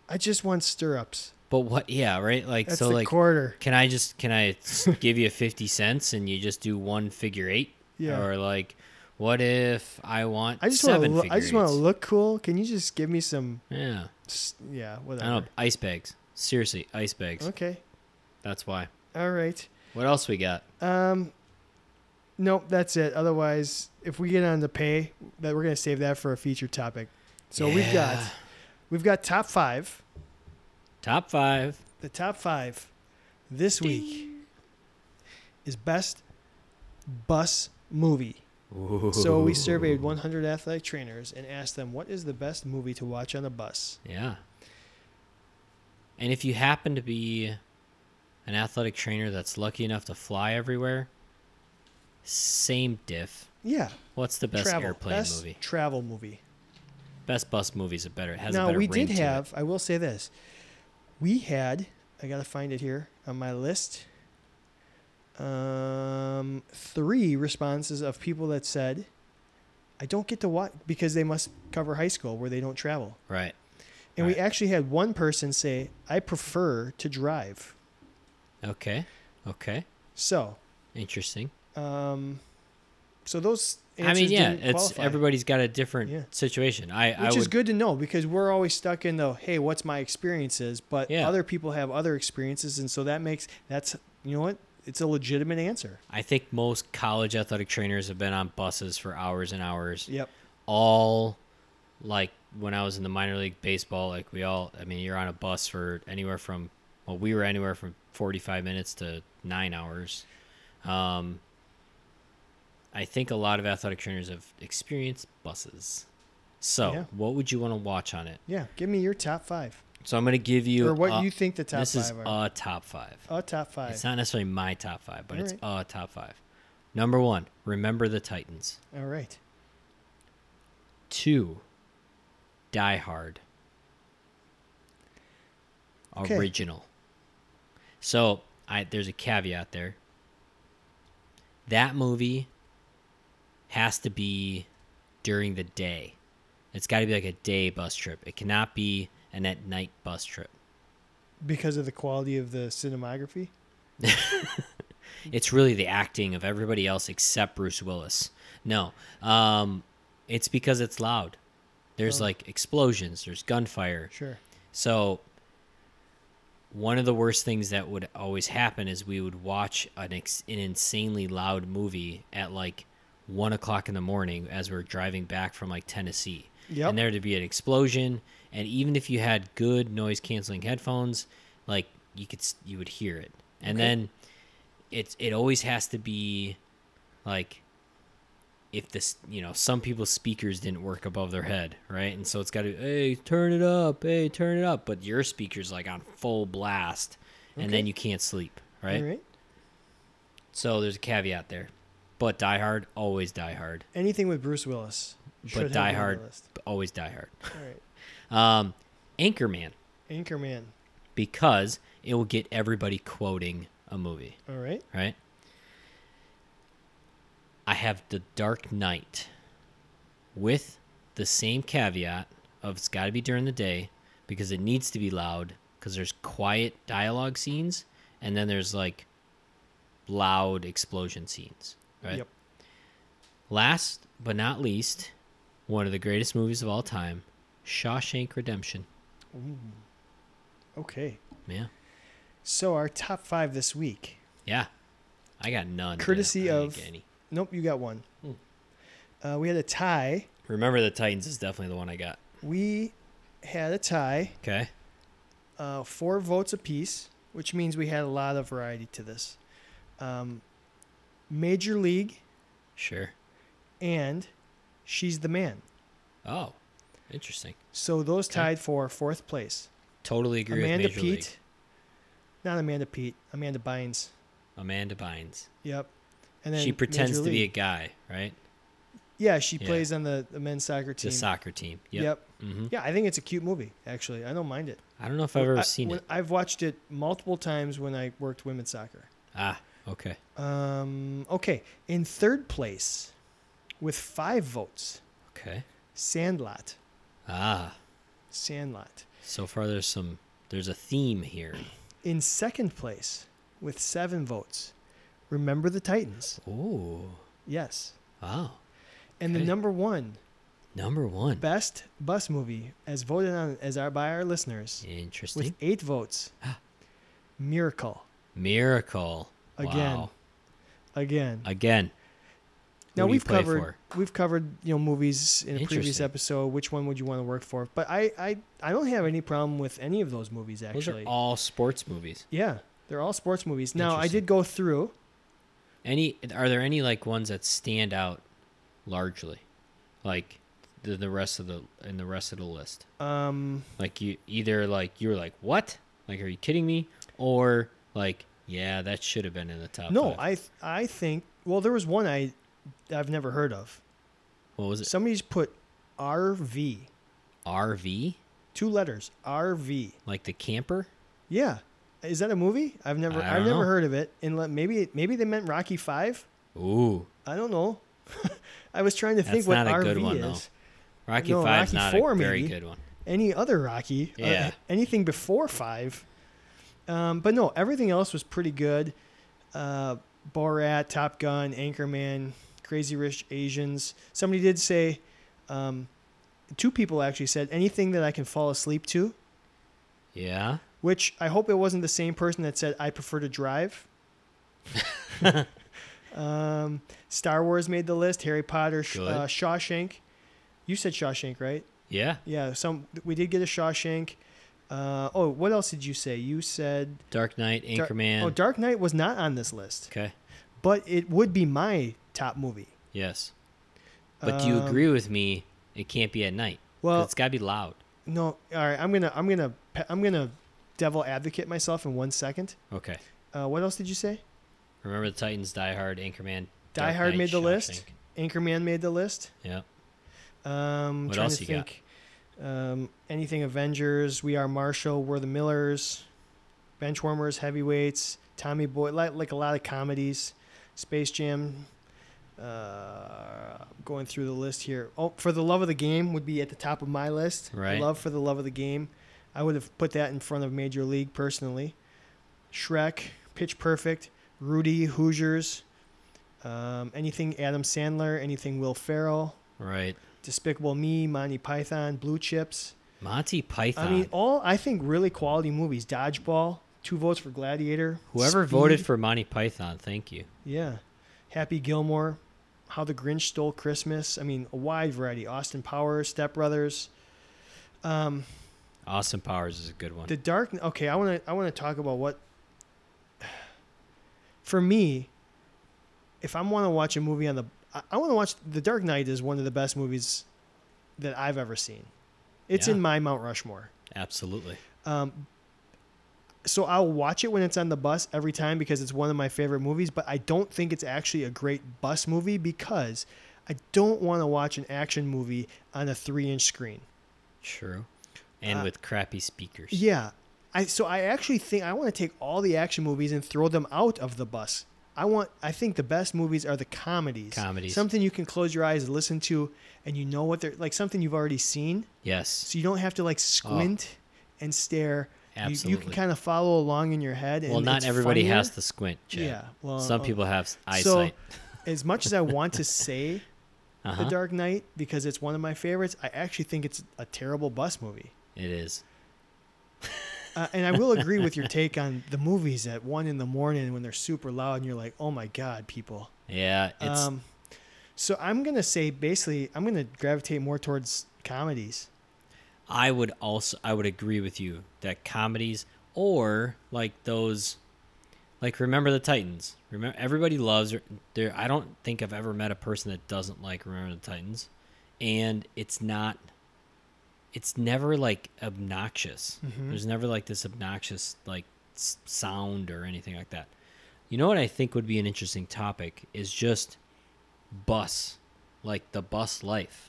I just want stirrups.
But what yeah, right? Like
That's
so
the
like
quarter.
can I just can I
*laughs*
s- give you 50 cents and you just do one figure eight?
Yeah.
Or like what if I want
I just want to.
seven
Lo-
figure
I just want to
eights?
look cool. Can you just give me some?
Yeah.
s- Yeah.
I don't
Whatever.
know, ice bags. Seriously, ice bags.
Okay.
That's why.
All right.
What else we got?
Um, nope, that's it. Otherwise, if we get on to pay, that we're gonna save that for a feature topic. So we've got
Yeah.
we've got top five,
Top 5.
the top five this week is best bus movie. So we surveyed 100 athletic trainers and asked them what is the best movie to watch on a bus.
Yeah. And if you happen to be an athletic trainer that's lucky enough to fly everywhere, same diff.
Yeah,
What's the best
travel
airplane
best
movie?
travel movie.
Best bus movies are better. It has a
now
better
we
ring
did
to it.
have. I will say this: we had. I gotta find it here on my list. Um, three responses of people that said, "I don't get to watch because they must cover high school where they don't travel."
right.
And we
Right.
actually had one person say, "I prefer to drive."
Okay. Okay.
So,
Interesting.
um, so those.
I mean,
answers
yeah,
didn't
it's
qualify,
everybody's got a different
Yeah.
situation. I I
Which
would
is good to know because we're always stuck in the hey, what's my experiences? But
Yeah.
other people have other experiences, and so that makes that's you know what it's a legitimate answer.
I think most college athletic trainers have been on buses for hours and hours.
Yep.
all like when I was in the minor league baseball, like we all, I mean, you're on a bus for anywhere from, well, we were anywhere from 45 minutes to nine hours. Um, I think a lot of athletic trainers have experienced buses. So,
Yeah.
what would you want to watch on it?
Yeah, give me your top five
So, I'm going to give you
or what
a-
you think the top
this
five
is
are.
a top five.
a top five.
It's not necessarily my top five, but it's a top five. Number one, remember the Titans.
All right.
Two, Die Hard.
Okay.
Original. So I there's a caveat there. That movie has to be during the day. It's got to be like a day bus trip. It cannot be an at night bus trip.
Because of the quality of the cinematography.
It's really the acting of everybody else except Bruce Willis. No, um, it's because it's loud. There's
Oh.
like explosions. There's gunfire.
Sure.
So one of the worst things that would always happen is we would watch an, ex- an insanely loud movie at like one o'clock in the morning as we're driving back from like Tennessee.
Yep.
And there to be an explosion, and even if you had good noise canceling headphones, like you could s- you would hear it. And
Okay.
then it's it always has to be like if this you know some people's speakers didn't work above their head right and so it's got to hey turn it up hey turn it up but your speakers like on full blast and then
Okay.
you can't sleep right?
All right.
so there's a caveat there but die hard always die hard
Anything with Bruce Willis. should
but
have
die
been on the
hard
list.
b- always die hard
All right.
um anchorman
Anchorman.
because it will get everybody quoting a movie
All right.
right i have the dark knight with the same caveat of it's got to be during the day because it needs to be loud because there's quiet dialogue scenes and then there's like loud explosion scenes right
Yep.
last but not least one of the greatest movies of all time shawshank redemption
Okay.
yeah
So our top five this week.
yeah i got none dude.
Courtesy
I didn't
of-
get any.
Nope, you got one.
Hmm.
Uh, we had a tie.
remember the titans is definitely the one i got
We had a tie.
okay
uh, four votes apiece, which means we had a lot of variety to this. Um, Major League
sure
and She's the Man.
Oh, interesting.
So those
Okay.
tied for fourth place.
Totally agree
Amanda
with Major League.
Pete. Not Amanda Pete. Amanda Bynes.
Amanda Bynes.
Yep. And then
she pretends
Major
to be a
League.
guy, right?
Yeah, she
yeah.
plays on the, the men's soccer
It's a
team.
soccer team. Yep. hmm
Yeah, I think it's a cute movie. Actually, I don't mind it.
I don't know if I've ever
I,
seen
when-
it.
I've watched it multiple times when I worked women's soccer.
Ah, okay.
Um, okay, in third place, with five votes,
Okay.
Sandlot.
Ah,
Sandlot.
so far there's some, there's a theme here.
In second place, with seven votes, Remember the Titans.
Oh,
Yes.
wow.
And the
Okay.
number one
Number one.
best bus movie, as voted on as our by our listeners,
Interesting.
with eight
*gasps*
votes, Miracle.
Miracle.
Again.
Wow.
Again.
Again. Who
Now
Uh, do you
we've
play
covered
for?
we've covered you know movies in a previous
Interesting.
episode. Which one would you want to work for? But I I, I don't have any problem with any of those movies
Those
actually.
are all sports movies.
yeah, they're all sports movies. Now I
Interesting.
did go through.
Any are there any like ones that stand out largely, like the the rest of the in the rest of the list?
Um,
Like you either like you were like what? Like are you kidding me? Or like yeah, that should have been in the top.
no,
five.
I th- I think well there was one I I've never heard of.
what was it?
Somebody's put RV
RV
two letters RV.
like the camper.
Yeah, is that a movie? I've never
I
I've
don't
never
know.
heard of it. And let- maybe maybe they meant Rocky Five.
Ooh,
I don't know. *laughs* I was trying to think
That's
what
not a
RV
good one,
is.
though. Rocky
No,
Five's
Rocky
not
Four,
a very
maybe.
good one.
any other Rocky, uh,
Yeah.
anything before five. Um, but no, everything else was pretty good. Uh, Borat, Top Gun, Anchorman, Crazy Rich Asians. Somebody did say, um, two people actually said, anything that I can fall asleep to,
Yeah.
which I hope it wasn't the same person that said, I prefer to
*laughs*
drive. um, Star Wars made the list, Harry Potter, Sh-
Good.
uh, Shawshank. You said Shawshank, right?
Yeah.
Yeah, some we did get a Shawshank. Uh, oh, what else did you say? You said
Dark Knight,
Dar-
Anchorman.
oh, Dark Knight was not on this list,
okay.
but it would be my top movie.
Yes. But do you
Um,
agree with me? It can't be at night. 'Cause
Well-
it's got to be loud.
No, all right, I'm gonna I'm gonna pe- I'm gonna devil advocate myself in one second.
Okay.
Uh, what else did you say?
Remember the Titans, Die Hard, Anchorman.
Die
Dark
Hard
Knight,
made the list.
Shawshank.
Anchorman made the list.
Yep.
Um,
What
trying
else
to
you got?
think. Um, anything Avengers? We are Marshall. We're the Millers. Benchwarmers, heavyweights. Tommy Boy, like like a lot of comedies. Space Jam. Uh, going through the list here. Oh, for the love of the game would be at the top of my list.
Right.
Love for the love of the game. I would have put that in front of Major League personally. Shrek, Pitch Perfect, Rudy, Hoosiers. Um, anything Adam Sandler, anything Will Ferrell.
Right.
Despicable Me, Monty Python, Blue Chips.
Monty Python.
I mean, all I think really quality movies. Dodgeball, two votes for Gladiator.
Whoever
Speed,
voted for Monty Python, thank you.
yeah, Happy Gilmore, How the Grinch Stole Christmas. I mean, a wide variety. Austin Powers, Step Brothers. Um,
Austin Powers is a good one.
the Dark. Okay, I want to I want to talk about what. *sighs* For me, if I want to watch a movie on the, I, I want to watch The Dark Knight is one of the best movies that I've ever seen. It's
Yeah.
in my Mount Rushmore.
Absolutely.
Um, so I'll watch it when it's on the bus every time because it's one of my favorite movies. But I don't think it's actually a great bus movie because I don't want to watch an action movie on a three-inch screen.
True. And
Uh,
with crappy speakers.
Yeah, I so I actually think I want to take all the action movies and throw them out of the bus. I want. I think the best movies are the comedies.
Comedies.
Something you can close your eyes and listen to, and you know what they're like. Something you've already seen.
Yes.
so you don't have to like squint and stare. You- You, can
Oh. Absolutely.
kind of follow along in your head. And
Well, not
it's
everybody
funnier.
has to squint, Chad.
Yeah, well,
Some
uh,
people have s-
So,
eyesight.
as much as I want to
*laughs*
say
uh-huh.
The Dark Knight because it's one of my favorites, I actually think it's a terrible bus movie.
it is.
Uh, and I will agree with your take on the movies at one in the morning when they're super loud and you're like, oh my god, people.
Yeah. It's
Um, so I'm gonna say basically, I'm gonna gravitate more towards comedies.
I would also I would agree with you that comedies or like those like remember the Titans. Remember everybody loves there I don't think I've ever met a person that doesn't like Remember the Titans. and it's not it's never like obnoxious. There's never like this obnoxious like s- sound or anything like that. You know what I think would be an interesting topic is just bus, like the bus life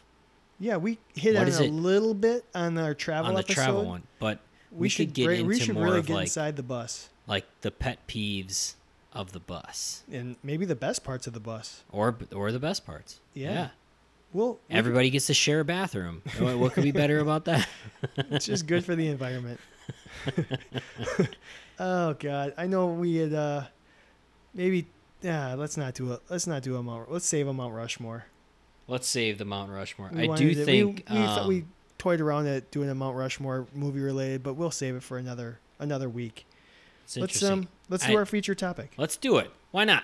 Yeah, we hit
What
on
is
a
it?
little bit on our travel
on the
episode.
travel one, but we, should, get
re-
into
we should
more
really
of
get
like
inside the bus
like the pet peeves of the bus
and maybe the best parts of the bus.
or or the best parts.
Yeah. Well, we-
Everybody gets to share a bathroom. What what could be better about that? *laughs*
it's just good for the environment. *laughs* oh God, I know we had uh, maybe yeah. Let's not do a let's not do a Mount. Let's save a Mount Rushmore.
Let's save the Mount Rushmore.
We
I
wanted
do
to- we-
think
we, thought
um,
we toyed around at doing a Mount Rushmore movie related, but we'll save it for another another week.
it's
Let's
interesting.
um let's do
I-
our feature topic.
Let's do it. Why not?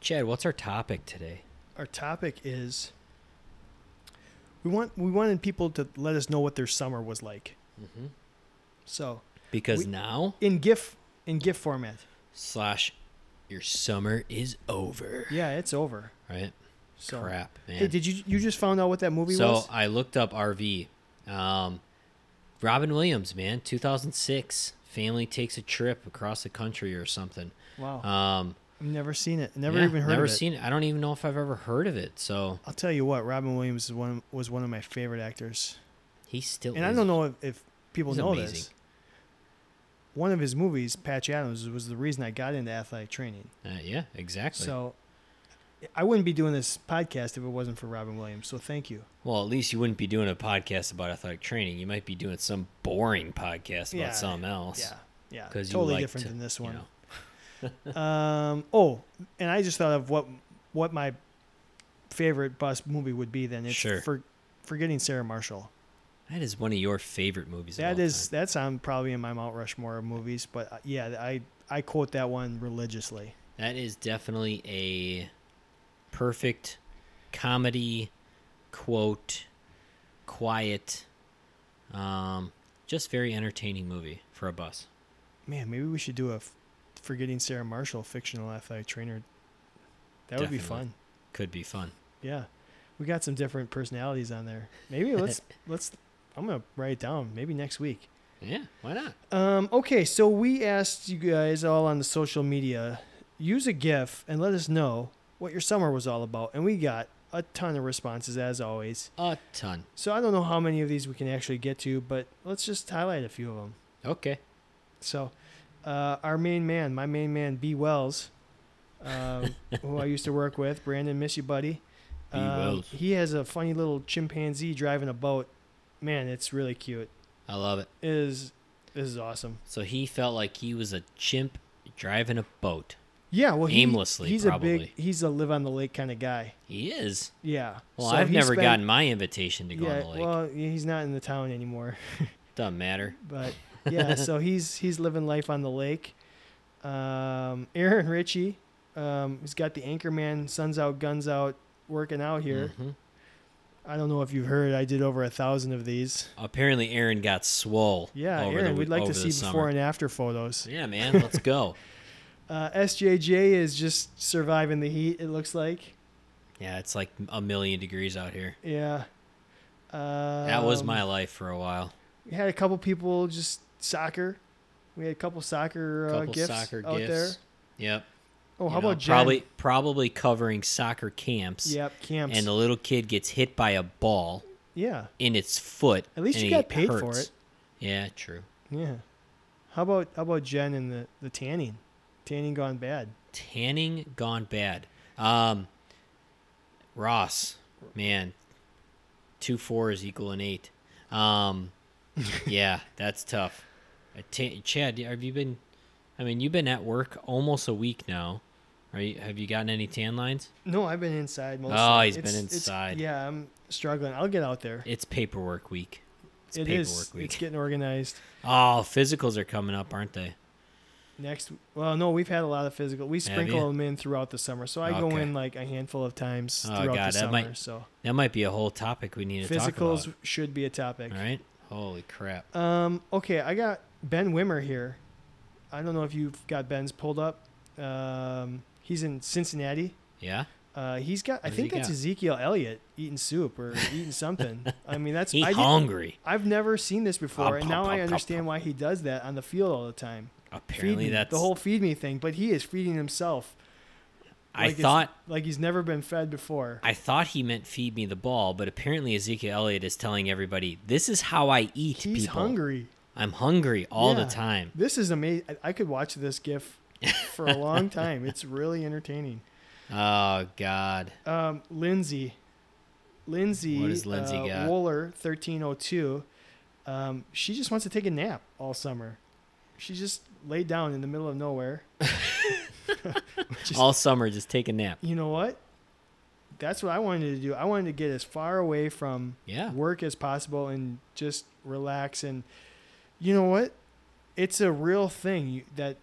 Chad, what's our topic today?
Our topic is we want we wanted people to let us know what their summer was like.
Mhm.
So
Because
We-
now
in GIF in GIF format.
slash your summer is over.
Yeah, it's over.
Right?
So
Crap, man.
Hey, did you you just found out what that movie
so uh,
was?
I looked up RV. Um, Robin Williams, man, 2006. Family takes a trip across the country or something.
Wow,
Um,
I've never seen it. Never
yeah,
even heard
never
of it.
seen it. I don't even know if I've ever heard of it. So
I'll tell you what, Robin Williams is one was one of my favorite actors,
he still.
and I
is-
don't know if, if people
he's
know
amazing.
this. One of his movies, Patch Adams, was the reason I got into athletic training.
Uh, yeah, exactly.
So I wouldn't be doing this podcast if it wasn't for Robin Williams. So thank you.
well, at least you wouldn't be doing a podcast about athletic training. You might be doing some boring podcast about
Yeah,
something else.
Yeah, yeah,
'Cause you
totally
like
different
to,
than this
you
one.
know.
um, oh, and I just thought of what what my favorite bus movie would be. Then it's
Sure.
for forgetting Sarah Marshall.
That is one of your favorite movies. of
That
all
is
time.
that's on probably in my Mount Rushmore of movies, but uh, yeah, I I quote that one religiously.
That is definitely a perfect comedy quote, quiet, um, just very entertaining movie for a bus.
Man, maybe we should do a f- forgetting Sarah Marshall fictional athletic trainer. That would be
Definitely.
fun.
Could be fun.
Yeah, we got some different personalities on there. Maybe let's let's. I'm gonna write it down. Maybe next week.
Yeah, why not?
Um, okay, so we asked you guys all on the social media use a GIF and let us know what your summer was all about, and we got a ton of responses as always.
A ton.
So I don't know how many of these we can actually get to, but let's just highlight a few of them.
Okay.
So, uh, our main man, my main man, B Wells,
*laughs*
um, who I used to work with, Brandon, miss you, buddy.
B.
Um,
Wells.
He has a funny little chimpanzee driving a boat. Man, it's really cute.
I love it.
It is this is awesome.
So he felt like he was a chimp driving a boat.
Yeah, well, he,
Aimlessly,
He's a big,
probably.
he's a live on the lake kind of guy.
He is.
Yeah.
Well,
So
I've
he
never
spent-
gotten my invitation to go on the lake.
well, he's not in the town anymore.
Doesn't matter.
but
*laughs*
yeah, so he's he's living life on the lake. Um, Aaron Ritchie, um, he's got the Anchorman, Suns Out, Guns Out, working out here.
Mhm.
I don't know if you've heard, I did over a thousand of these.
Apparently, Aaron got swole.
Yeah,
over
Aaron,
the,
we'd like
over
to
the
see
summer.
before and after photos.
Yeah, man,
*laughs*
let's go.
Uh, SJJ is just surviving the heat. It looks like.
Yeah, it's like a million degrees out here.
Yeah. Um,
That was my life for a while.
We Um, had a couple people just soccer. We had a couple soccer uh,
Couple
gifts
soccer
out
gifts.
there.
Yep.
Oh,
You
how
know,
about Jen?
probably probably covering soccer camps?
Yep, camps.
And the little kid gets hit by a ball
yeah.
in its foot.
At least
and
you
he
got paid for
hurts.
it.
Yeah, true.
Yeah. How about how about Jen and the the tanning? Tanning gone bad.
Tanning gone bad. Um, Ross, man, two four is equal an eight.
*laughs*
Um, yeah, that's tough. Uh, Ta- Chad, have you been? I mean, you've been at work almost a week now, right? Have you gotten any tan lines?
No, I've been inside most.
Oh, he's been inside.
yeah, I'm struggling. I'll get out there.
It's paperwork week. It's
It
paperwork
is.
week.
It's getting organized.
Oh, physicals are coming up, aren't they?
Next, well, no, we've had a lot of physical. We sprinkle
you?
them in througroughout the summer, so I go
Okay.
in like a handful of times
Oh,
throughout the
God, that
summer.
might
so
That might be a whole topic we need to talk
physicals
about.
should be a topic.
All right. Holy crap.
Um, okay, I got Ben Wimmer here. I don't know if you've got Ben's pulled up. Um, he's in Cincinnati.
Yeah.
Uh, he's got. I
What does
think
he
that's
got?
Ezekiel Elliott eating soup or eating something. I mean, that's.
*laughs* He
I didn't-
hungry.
I've never seen this before,
Pop,
and
pop,
now
pop,
I
pop,
understand
pop.
why he does that on the field all the time.
Apparently
Feed me,
that's
the whole feed me thing, but he is feeding himself.
I
it's-
thought
like he's never been fed before.
I thought he meant feed me the ball, but apparently Ezekiel Elliott is telling everybody, "This is how I eat
He's
people.
hungry.
I'm hungry all
Yeah.
the time."
This is amazing. I could watch this
*laughs*
gif for a long time. It's really entertaining.
Oh god.
Um, Lindsay, Lindsay,
What does Lindsay
uh,
got?
Wooler, thirteen oh two. Um, she just wants to take a nap all summer. She just laid down in the middle of nowhere. Just-
all summer just take a nap.
you know what? That's what I wanted to do. I wanted to get as far away from
Yeah.
work as possible and just relax. And you know what? It's a real thing you, that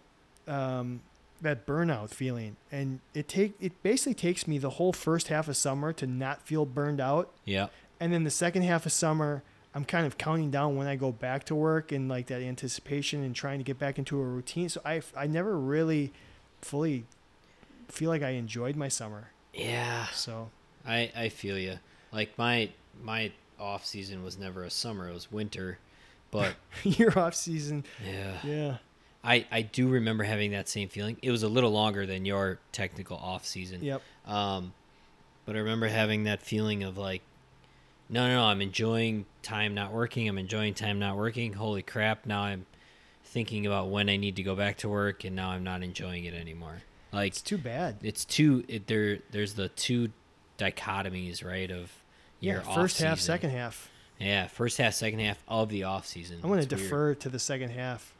um, that burnout feeling, and it take it basically takes me the whole first half of summer to not feel burned out,
Yeah.
and then the second half of summer. I'm kind of counting down when I go back to work and like that anticipation and trying to get back into a routine. So I, I never really fully feel like I enjoyed my summer.
Yeah.
So *laughs*
I I feel you. Like my my off season was never a summer; it was winter.
*laughs*
But
your off season,
yeah,
yeah,
I I do remember having that same feeling. It was a little longer than your technical off season.
yep,
Um, but I remember having that feeling of like, no, no, no, I'm enjoying time not working. I'm enjoying time not working. Holy crap! Now I'm thinking about when I need to go back to work, and now I'm not enjoying it anymore. Like
it's too bad.
it's two it, there there's the two dichotomies right of
Yeah,
your
first half,
off-season.
second half.
yeah first half second half of the off season
I'm going to defer to the second
*laughs*
half.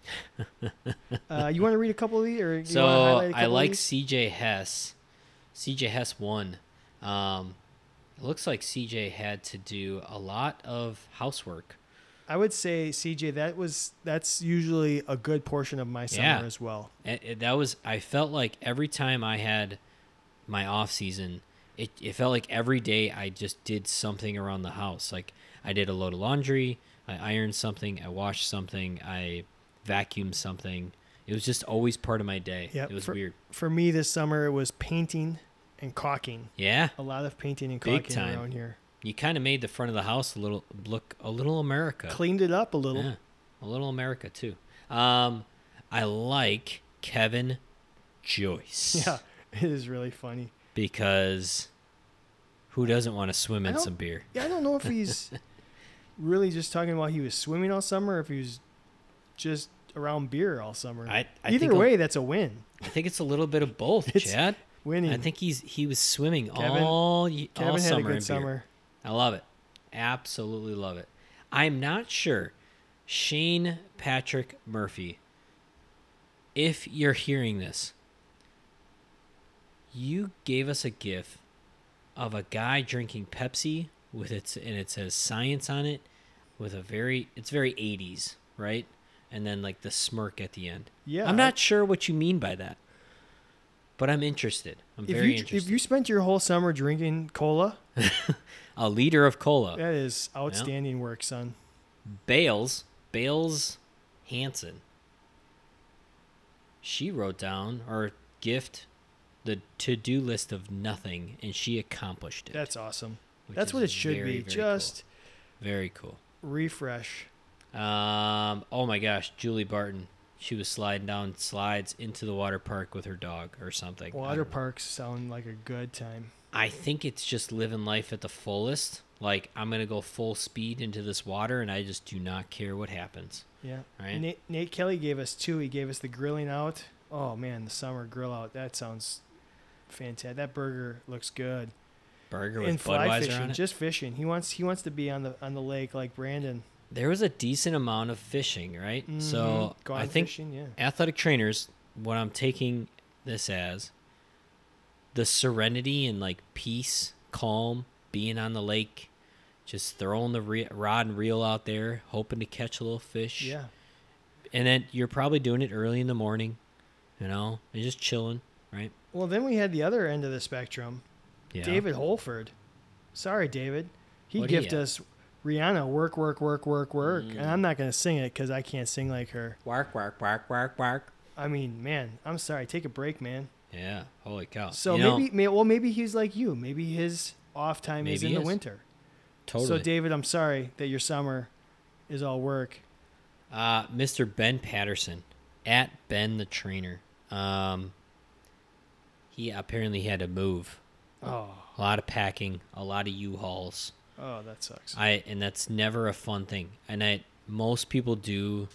uh, you want to read a couple of these, or you
so
want to highlight a
i
couple of
like
these?
cj hess cj hess won um it looks like cj had to do a lot of housework
I would say, CJ, that was that's usually a good portion of my summer
Yeah.
as well.
And it- that was i felt like every time i had my off season it, it felt like every day i just did something around the house like i did a load of laundry i ironed something i washed something i vacuumed something it was just always part of my day
Yep,
it was
for-
weird
For me, this summer it was painting and caulking.
yeah
A lot of painting and
Big
caulking
time.
around here.
you kind of made the front of the house a little look a little america
Cleaned it up a little.
Yeah, a little america too um i like kevin joyce
*laughs* Yeah, it is really funny.
because who doesn't want to swim
I
in
don't-
some beer?
Yeah, I don't know if
*laughs*
he's really just talking about he was swimming all summer, or if he was just around beer all summer.
I, I
Either
think
way, that's a win.
I think it's a little bit of both,
*laughs* It's-
Chad.
Winning.
I think he's he was swimming
Kevin-
all ye-
Kevin
all
had
summer.
a
in beer.
good summer.
I love it, absolutely love it. I'm not sure, Shane Patrick Murphy. If you're hearing this, you gave us a gif of a guy drinking Pepsi with its and it says science on it with a very it's very 80s, right? And then like the smirk at the end.
Yeah,
I'm not sure what you mean by that. But I'm interested. I'm
If
very
you
interested.
if you spent your whole summer drinking cola,
a liter of cola.
that is outstanding work, son.
Bales, Bales Hansen. She wrote down or gift the to-do list of nothing and she accomplished it.
That's awesome.
which
That's
is
what it should
very,
be.
very cool.
Just
very cool.
refresh.
Um, oh my gosh, Julie Barton. She was sliding down slides into the water park with her dog or something. I
Water
don't know.
parks sound like a good time.
I think it's just living life at the fullest. Like I'm gonna go full speed into this water, and I just do not care what happens.
Yeah.
Right.
Nate, Nate Kelly gave us two. He gave us the grilling out. Oh man, the summer grill out. That sounds fantastic. That burger looks good.
Burger with
And fly
Budweiser on
fishing,
it.
just fishing. He wants he wants to be on the on the lake like Brandon.
there was a decent amount of fishing, right? So
Mhm. Gone
I think
fishing, yeah.
athletic trainers. What I'm taking this as the serenity and like peace, calm, being on the lake, just throwing the re- rod and reel out there, hoping to catch a little fish.
Yeah.
and then you're probably doing it early in the morning, you know, and just chilling, right?
Well, then we had the other end of the spectrum.
Yeah.
David Holford. Sorry, David. He
What'd he Mm.
gifted
have?
us Rihanna, work, work, work, work, work. And I'm not going to sing it because I can't sing like her.
Bark, bark, bark, bark, bark.
I mean, man, I'm sorry. Take a break, man.
Yeah. Holy cow.
So
You know,
maybe, may, well, maybe he's like you. Maybe his off time is
Maybe
in
he
the
is.
winter.
totally.
So, David, I'm sorry that your summer is all work.
Uh, Mr. Ben Patterson at Ben the Trainer. Um, he apparently had to move
Oh,
a lot of packing, a lot of U-Hauls.
oh, that sucks.
I and that's never a fun thing. And I most people do.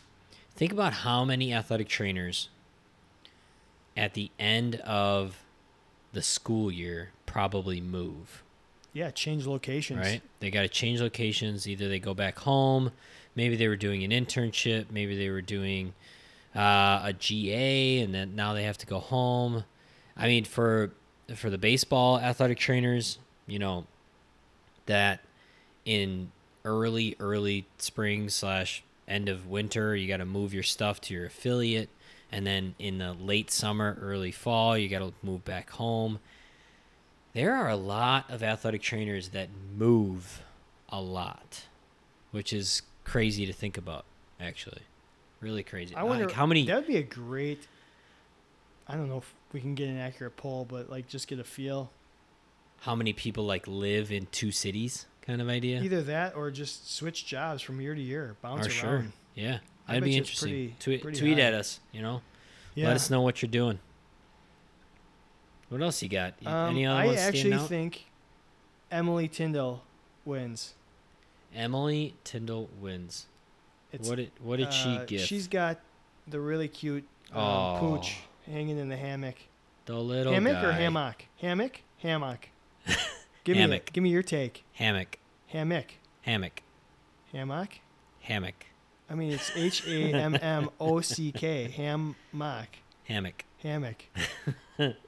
Think about how many athletic trainers at the end of the school year probably move.
Yeah, change locations.
Right? They got to change locations. Either they go back home, maybe they were doing an internship, maybe they were doing uh, a GA, and then now they have to go home. I mean, for for the baseball athletic trainers, you know, that in early early spring slash end of winter, you got to move your stuff to your affiliate, and then in the late summer, early fall, you got to move back home. There are a lot of athletic trainers that move a lot, which is crazy to think about, actually. Really crazy.
I wonder
like how many
That would be a great. I don't know if we can get an accurate poll, but like just get a feel.
how many people like live in two cities kind of idea.
Either that or just switch jobs from year to year, bounce
Or
around.
sure. Yeah.
I
That'd
bet you
be
it's
interesting.
pretty-
tweet
pretty
tweet
high.
at us, you know.
Yeah.
Let us know what you're doing. What else you got? You-
Um,
Any other
I
ones standing
actually
out?
think Emily Tyndall wins.
Emily Tyndall wins.
It's,
what did what did she
uh,
give?
She's got the really cute um,
Oh.
pooch hanging in the hammock.
the little
hammock
guy.
or hammock? Hammock?
*laughs*
Hammock. Give me
Hammock.
it. Give me your take.
Hammock.
Hammock.
Hammock.
Hammock?
Hammock.
I mean, it's H A M M O C
*laughs*
K. Hammock.
Hammock. *laughs*
Hammock.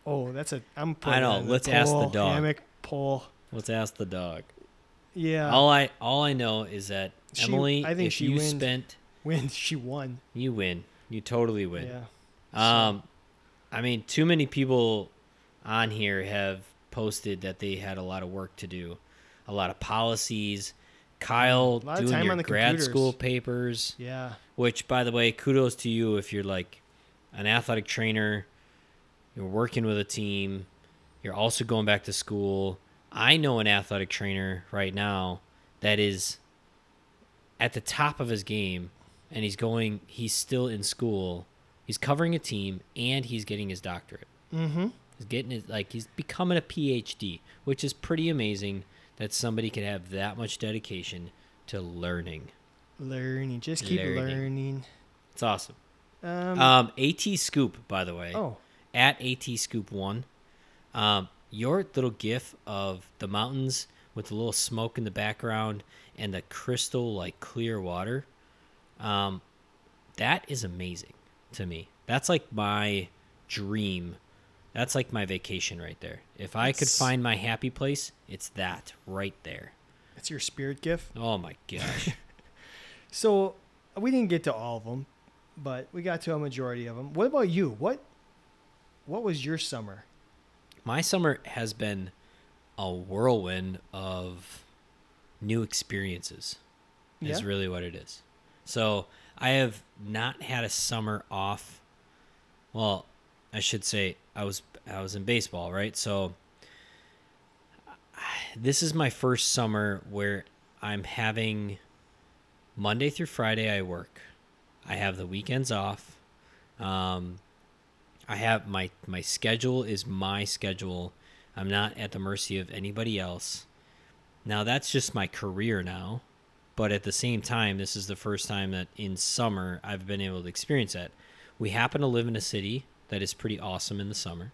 Oh, that's a. I'm. putting
know,
that in
let's ask the
poll.
dog.
Hammock pole.
Let's ask the dog.
Yeah.
all I all I know is that
Uh, She-
Emily,
I think
if
she
you
wins.
spent,
when she won.
you win. You totally win.
Yeah.
Um, I mean, too many people on here have posted that they had a lot of work to do, a lot of policies. Kyle
A lot of
doing
time
your
on the
grad
computers.
school papers,
Yeah.
which, by the way, kudos to you if you're like an athletic trainer, you're working with a team, you're also going back to school. I know an athletic trainer right now that is at the top of his game and he's going he's still in school he's covering a team and he's getting his doctorate
Mm-hmm.
he's getting his like he's becoming a phd which is pretty amazing that somebody could have that much dedication to learning
Learning. Just keep
Learning.
learning.
it's awesome
Um,
um at scoop by the way
oh,
at at scoop one um your little gif of the mountains with a little smoke in the background and the crystal like clear water um that is amazing to me that's like my dream that's like my vacation right there if i could
It's-
find my happy place it's that right there
it's your spirit gift.
oh my gosh
So we didn't get to all of them, but we got to a majority of them. What about you? What What was your summer?
my summer has been a whirlwind of new experiences is
Yeah.
really what it is so i have not had a summer off well i should say i was i was in baseball right so this is my first summer where i'm having monday through friday i work i have the weekends off um, I have my my schedule is my schedule. I'm not at the mercy of anybody else. Now that's just my career now, but at the same time, this is the first time that in summer I've been able to experience that. We happen to live in a city that is pretty awesome in the summer,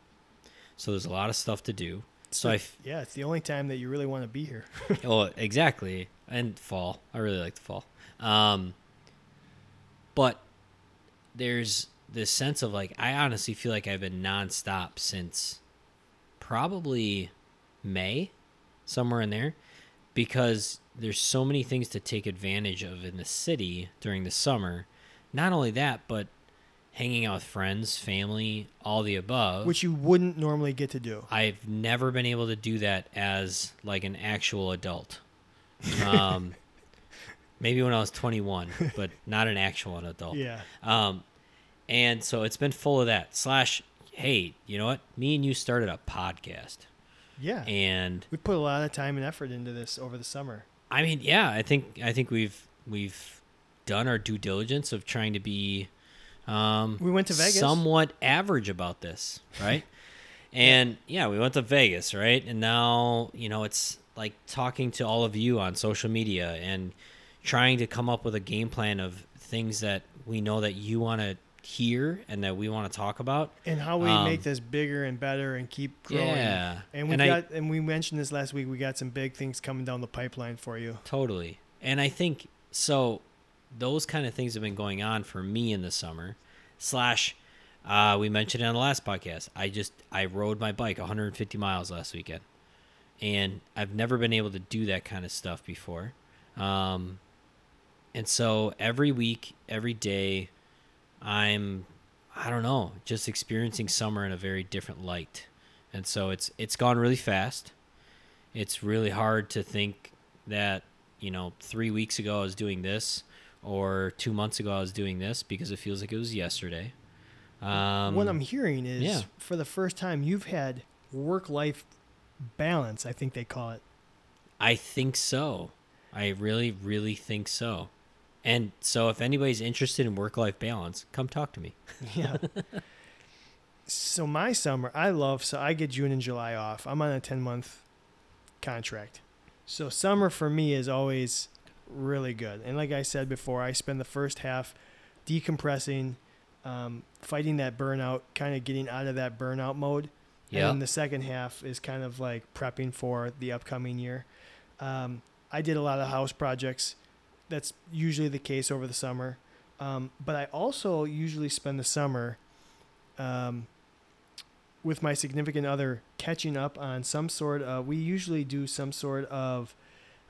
so there's a lot of stuff to do. So I f-
Yeah, it's the only time that you really want to be
*laughs*
here.
oh, exactly. And fall. I really like the fall. Um, but there's this sense of like, I honestly feel like I've been nonstop since probably May, somewhere in there, because there's so many things to take advantage of in the city during the summer. Not only that, but hanging out with friends, family, all the above.
which you wouldn't normally get to do.
I've never been able to do that as like an actual adult. Um, maybe when I was 21, but not an actual adult.
Yeah.
Um, and so it's been full of that. Slash, hey, you know what? Me and you started a podcast,
Yeah.
and
we put a lot of time and effort into this over the summer.
I mean, yeah, I think I think we've we've done our due diligence of trying to be um,
We went to Vegas.
somewhat average about this,
*laughs*
right? and yeah, we went to Vegas, right? And now you know it's like talking to all of you on social media and trying to come up with a game plan of things that we know that you want to hear and that we want to talk about.
and how we
Um,
make this bigger and better and keep growing.
Yeah.
And we
And I-
got and we mentioned this last week. We got some big things coming down the pipeline for you.
Totally. And I think so those kind of things have been going on for me in the summer. Slash uh, we mentioned it on the last podcast. I just I rode my bike 150 miles last weekend. And I've never been able to do that kind of stuff before. Um and so every week, every day I'm I don't know, just experiencing summer in a very different light. And so it's it's gone really fast it's really hard to think that you know three weeks ago I was doing this or two months ago I was doing this because it feels like it was yesterday. Um,
what I'm hearing is
yeah.
for the first time you've had work life balance, I think they call it. *laughs*
I think so. I really, really think so. And so, if anybody's interested in work-life balance, come talk to me.
Yeah. so my summer, I love so I get June and July off. I'm on a 10 month contract. So summer for me is always really good. And like I said before, I spend the first half decompressing, um, fighting that burnout, kind of getting out of that burnout mode. And
Yeah,
then the second half is kind of like prepping for the upcoming year. Um, I did a lot of house projects. That's usually the case over the summer. Um, but I also usually spend the summer um, with my significant other catching up on some sort of, we usually do some sort of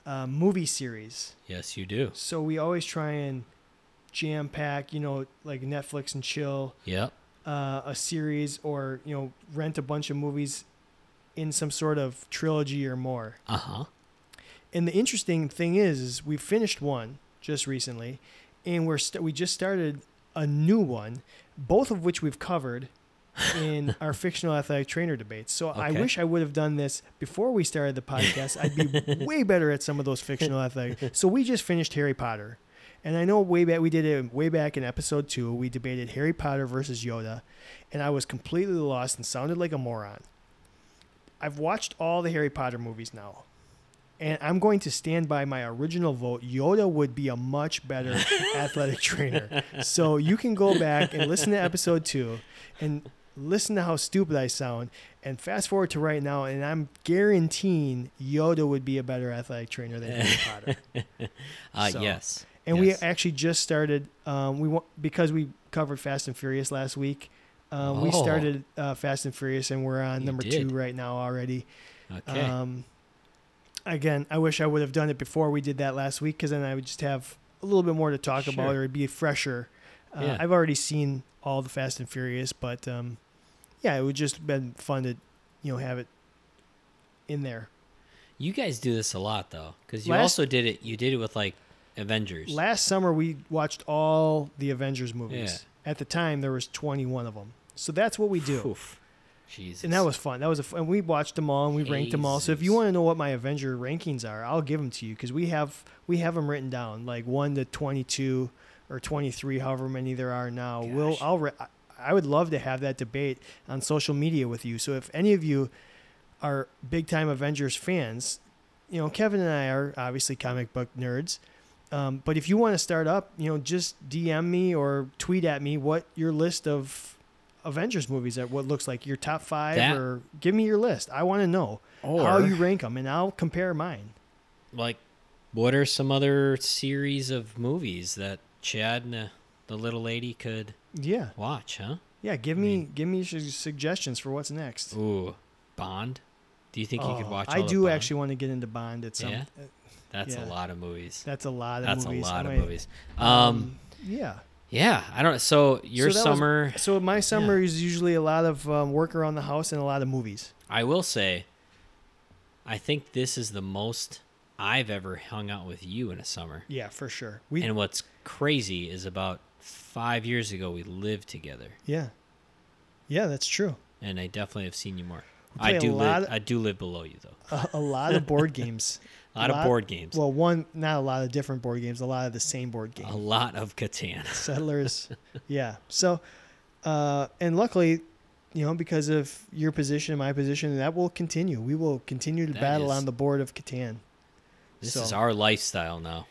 uh, movie series.
yes, you do.
So we always try and jam pack, you know, like Netflix and chill
Yep,
uh, a series or you know rent a bunch of movies in some sort of trilogy or more.
uh huh.
And the interesting thing is, is we finished one just recently, and we're st- we just started a new one, both of which we've covered in our fictional athletic trainer debates. So I
Okay.
wish I would have done this before we started the podcast. I'd be way better at some of those fictional athletic. So we just finished Harry Potter. And I know way back we did it way back in episode 2, we debated Harry Potter versus Yoda, and I was completely lost and sounded like a moron. I've watched all the Harry Potter movies now. And I'm going to stand by my original vote. Yoda would be a much better
*laughs*
athletic trainer. So you can go back and listen to episode 2 and listen to how stupid I sound and fast forward to right now and I'm guaranteeing Yoda would be a better athletic trainer than Harry
*laughs*
Potter.
Uh,
So-
yes,
And
Yes.
we actually just started. Um, we wa- because we covered Fast and Furious last week. Um, We
Oh.
started uh, Fast and Furious, and we're on
You
number
did.
two right now already.
okay.
Um, again, I wish I would have done it before we did that last week, because then I would just have a little bit more to talk about,
Sure.
or it'd be fresher. Uh,
Yeah.
I've already seen all the Fast and Furious, but um, yeah, it would just been fun to, you know, have it in there.
you guys do this a lot though, because you
Last-
also did it. You did it with like Avengers.
Last summer we watched all the Avengers movies. At the time there was 21 of them. So that's what we do.
Oof. Jesus.
And that was fun. That was a fun, and we watched them all and we ranked them all. So if you
Jesus.
want to know what my Avenger rankings are, I'll give them to you cuz we have we have them written down like 1 to 22 or 23 however many there are now. We'll
Gosh.
I'll re- I- I would love to have that debate on social media with you. So if any of you are big time Avengers fans, you know, Kevin and I are obviously comic book nerds. Um, but if you want to start up, you know, just DM me or tweet at me what your list of Avengers movies at what looks like your top five,
That-
or give me your list. I want to know how you rank them, and I'll compare mine.
like what are some other series of movies that chad and the, the little lady could
Yeah,
watch huh
yeah. Give me give me su- suggestions for what's next.
ooh bond do you think you could
Oh,
watch
I
all of
do
Bond?
actually want to get into Bond at some. uh,
Yeah? that's
yeah.
a lot of movies
That's a lot of
that's
movies.
a
I
lot of
might-
movies um
yeah.
yeah i don't so your
So that was-
summer
So my summer is usually a lot of um, work around the house and a lot of movies.
I will say, I think this is the most I've ever hung out with you in a summer.
Yeah, for sure. We
and what's crazy is about five years ago we lived together,
yeah, yeah, that's true.
and I definitely have seen you more.
We play
I
a
do
lot
live.
of-
I do live below you though.
A, a lot of
*laughs*
board games.
A lot, of board games.
Well, one, not a lot of different board games. A lot of the same board game.
a lot of Catan. *laughs*
settlers yeah so uh and luckily you know because of your position and my position that will continue we will continue to
That
battle
is-
on the board of catan
This
So-
is our lifestyle now.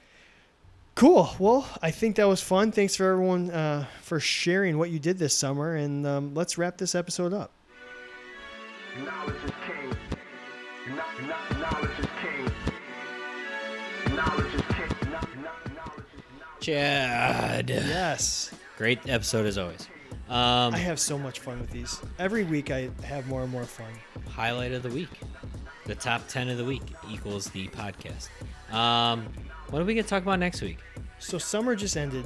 cool well i think that was fun thanks for everyone uh, for sharing what you did this summer and um, let's wrap this episode
*laughs*
up
Knowledge is king. Kno- kno- Knowledge is king. Knowledge is king. Kno- kno- Knowledge is knowledge.
Chad.
yes
Great episode as always. Um,
i have so much fun with these every week i have more and more fun
highlight of the week. The top 10 of the week equals the podcast. Um, what are we going to talk about next week?
so summer just ended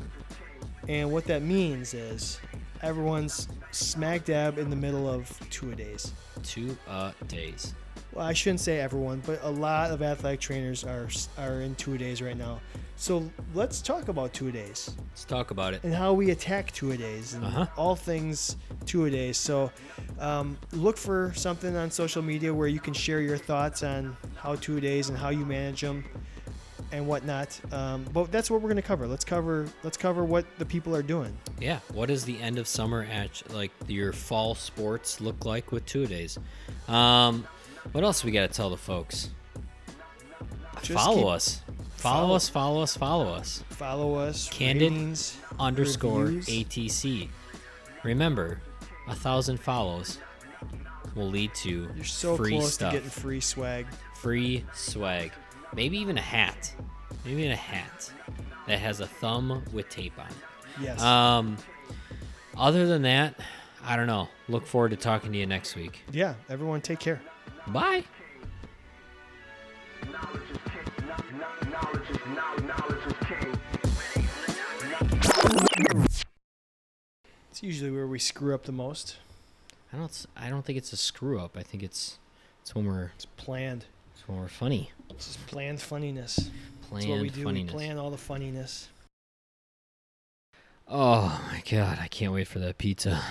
and what that means is everyone's smack dab in the middle of two a days
Two uh, days.
well, I shouldn't say everyone, but a lot of athletic trainers are are in two days right now. So let's talk about two days
Let's talk about it.
and how we attack two days and
Uh-huh.
all things two days. So um, look for something on social media where you can share your thoughts on how two days and how you manage them and whatnot. Um, but that's what we're gonna cover. Let's cover let's cover what the people are doing.
Yeah. What does the end of summer at like your fall sports look like with two days? Um, what else we got to tell the folks?
Just
follow
keep-
us. Follow
follow-
us. Follow us. Follow us.
Follow us.
Candid
ratings,
underscore
reviews.
ATC. Remember, a thousand follows will lead to
You're so
free
close
stuff,
to getting free swag.
free swag, maybe even a hat, maybe even a hat that has a thumb with tape on it.
Yes.
Um, other than that, I don't know. Look forward to talking to you next week.
yeah. Everyone, take care.
Bye.
Knowledge is king. Kno- kno- Knowledge is kno- knowledge is king.
It's usually where we screw up the most.
I don't. s- I don't think it's a screw up. I think it's it's when we're
It's planned.
it's when we're funny.
It's just planned funniness. That's
Planned
what we do.
funniness.
We plan all the funniness.
Oh my god, I can't wait for that pizza.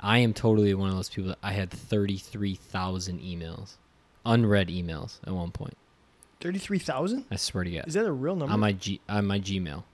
I am totally one of those people that I had 33,000 emails, unread emails at one point.
Thirty-three thousand?
I swear to
Is
God.
that a real number?
On my G, on my Gmail.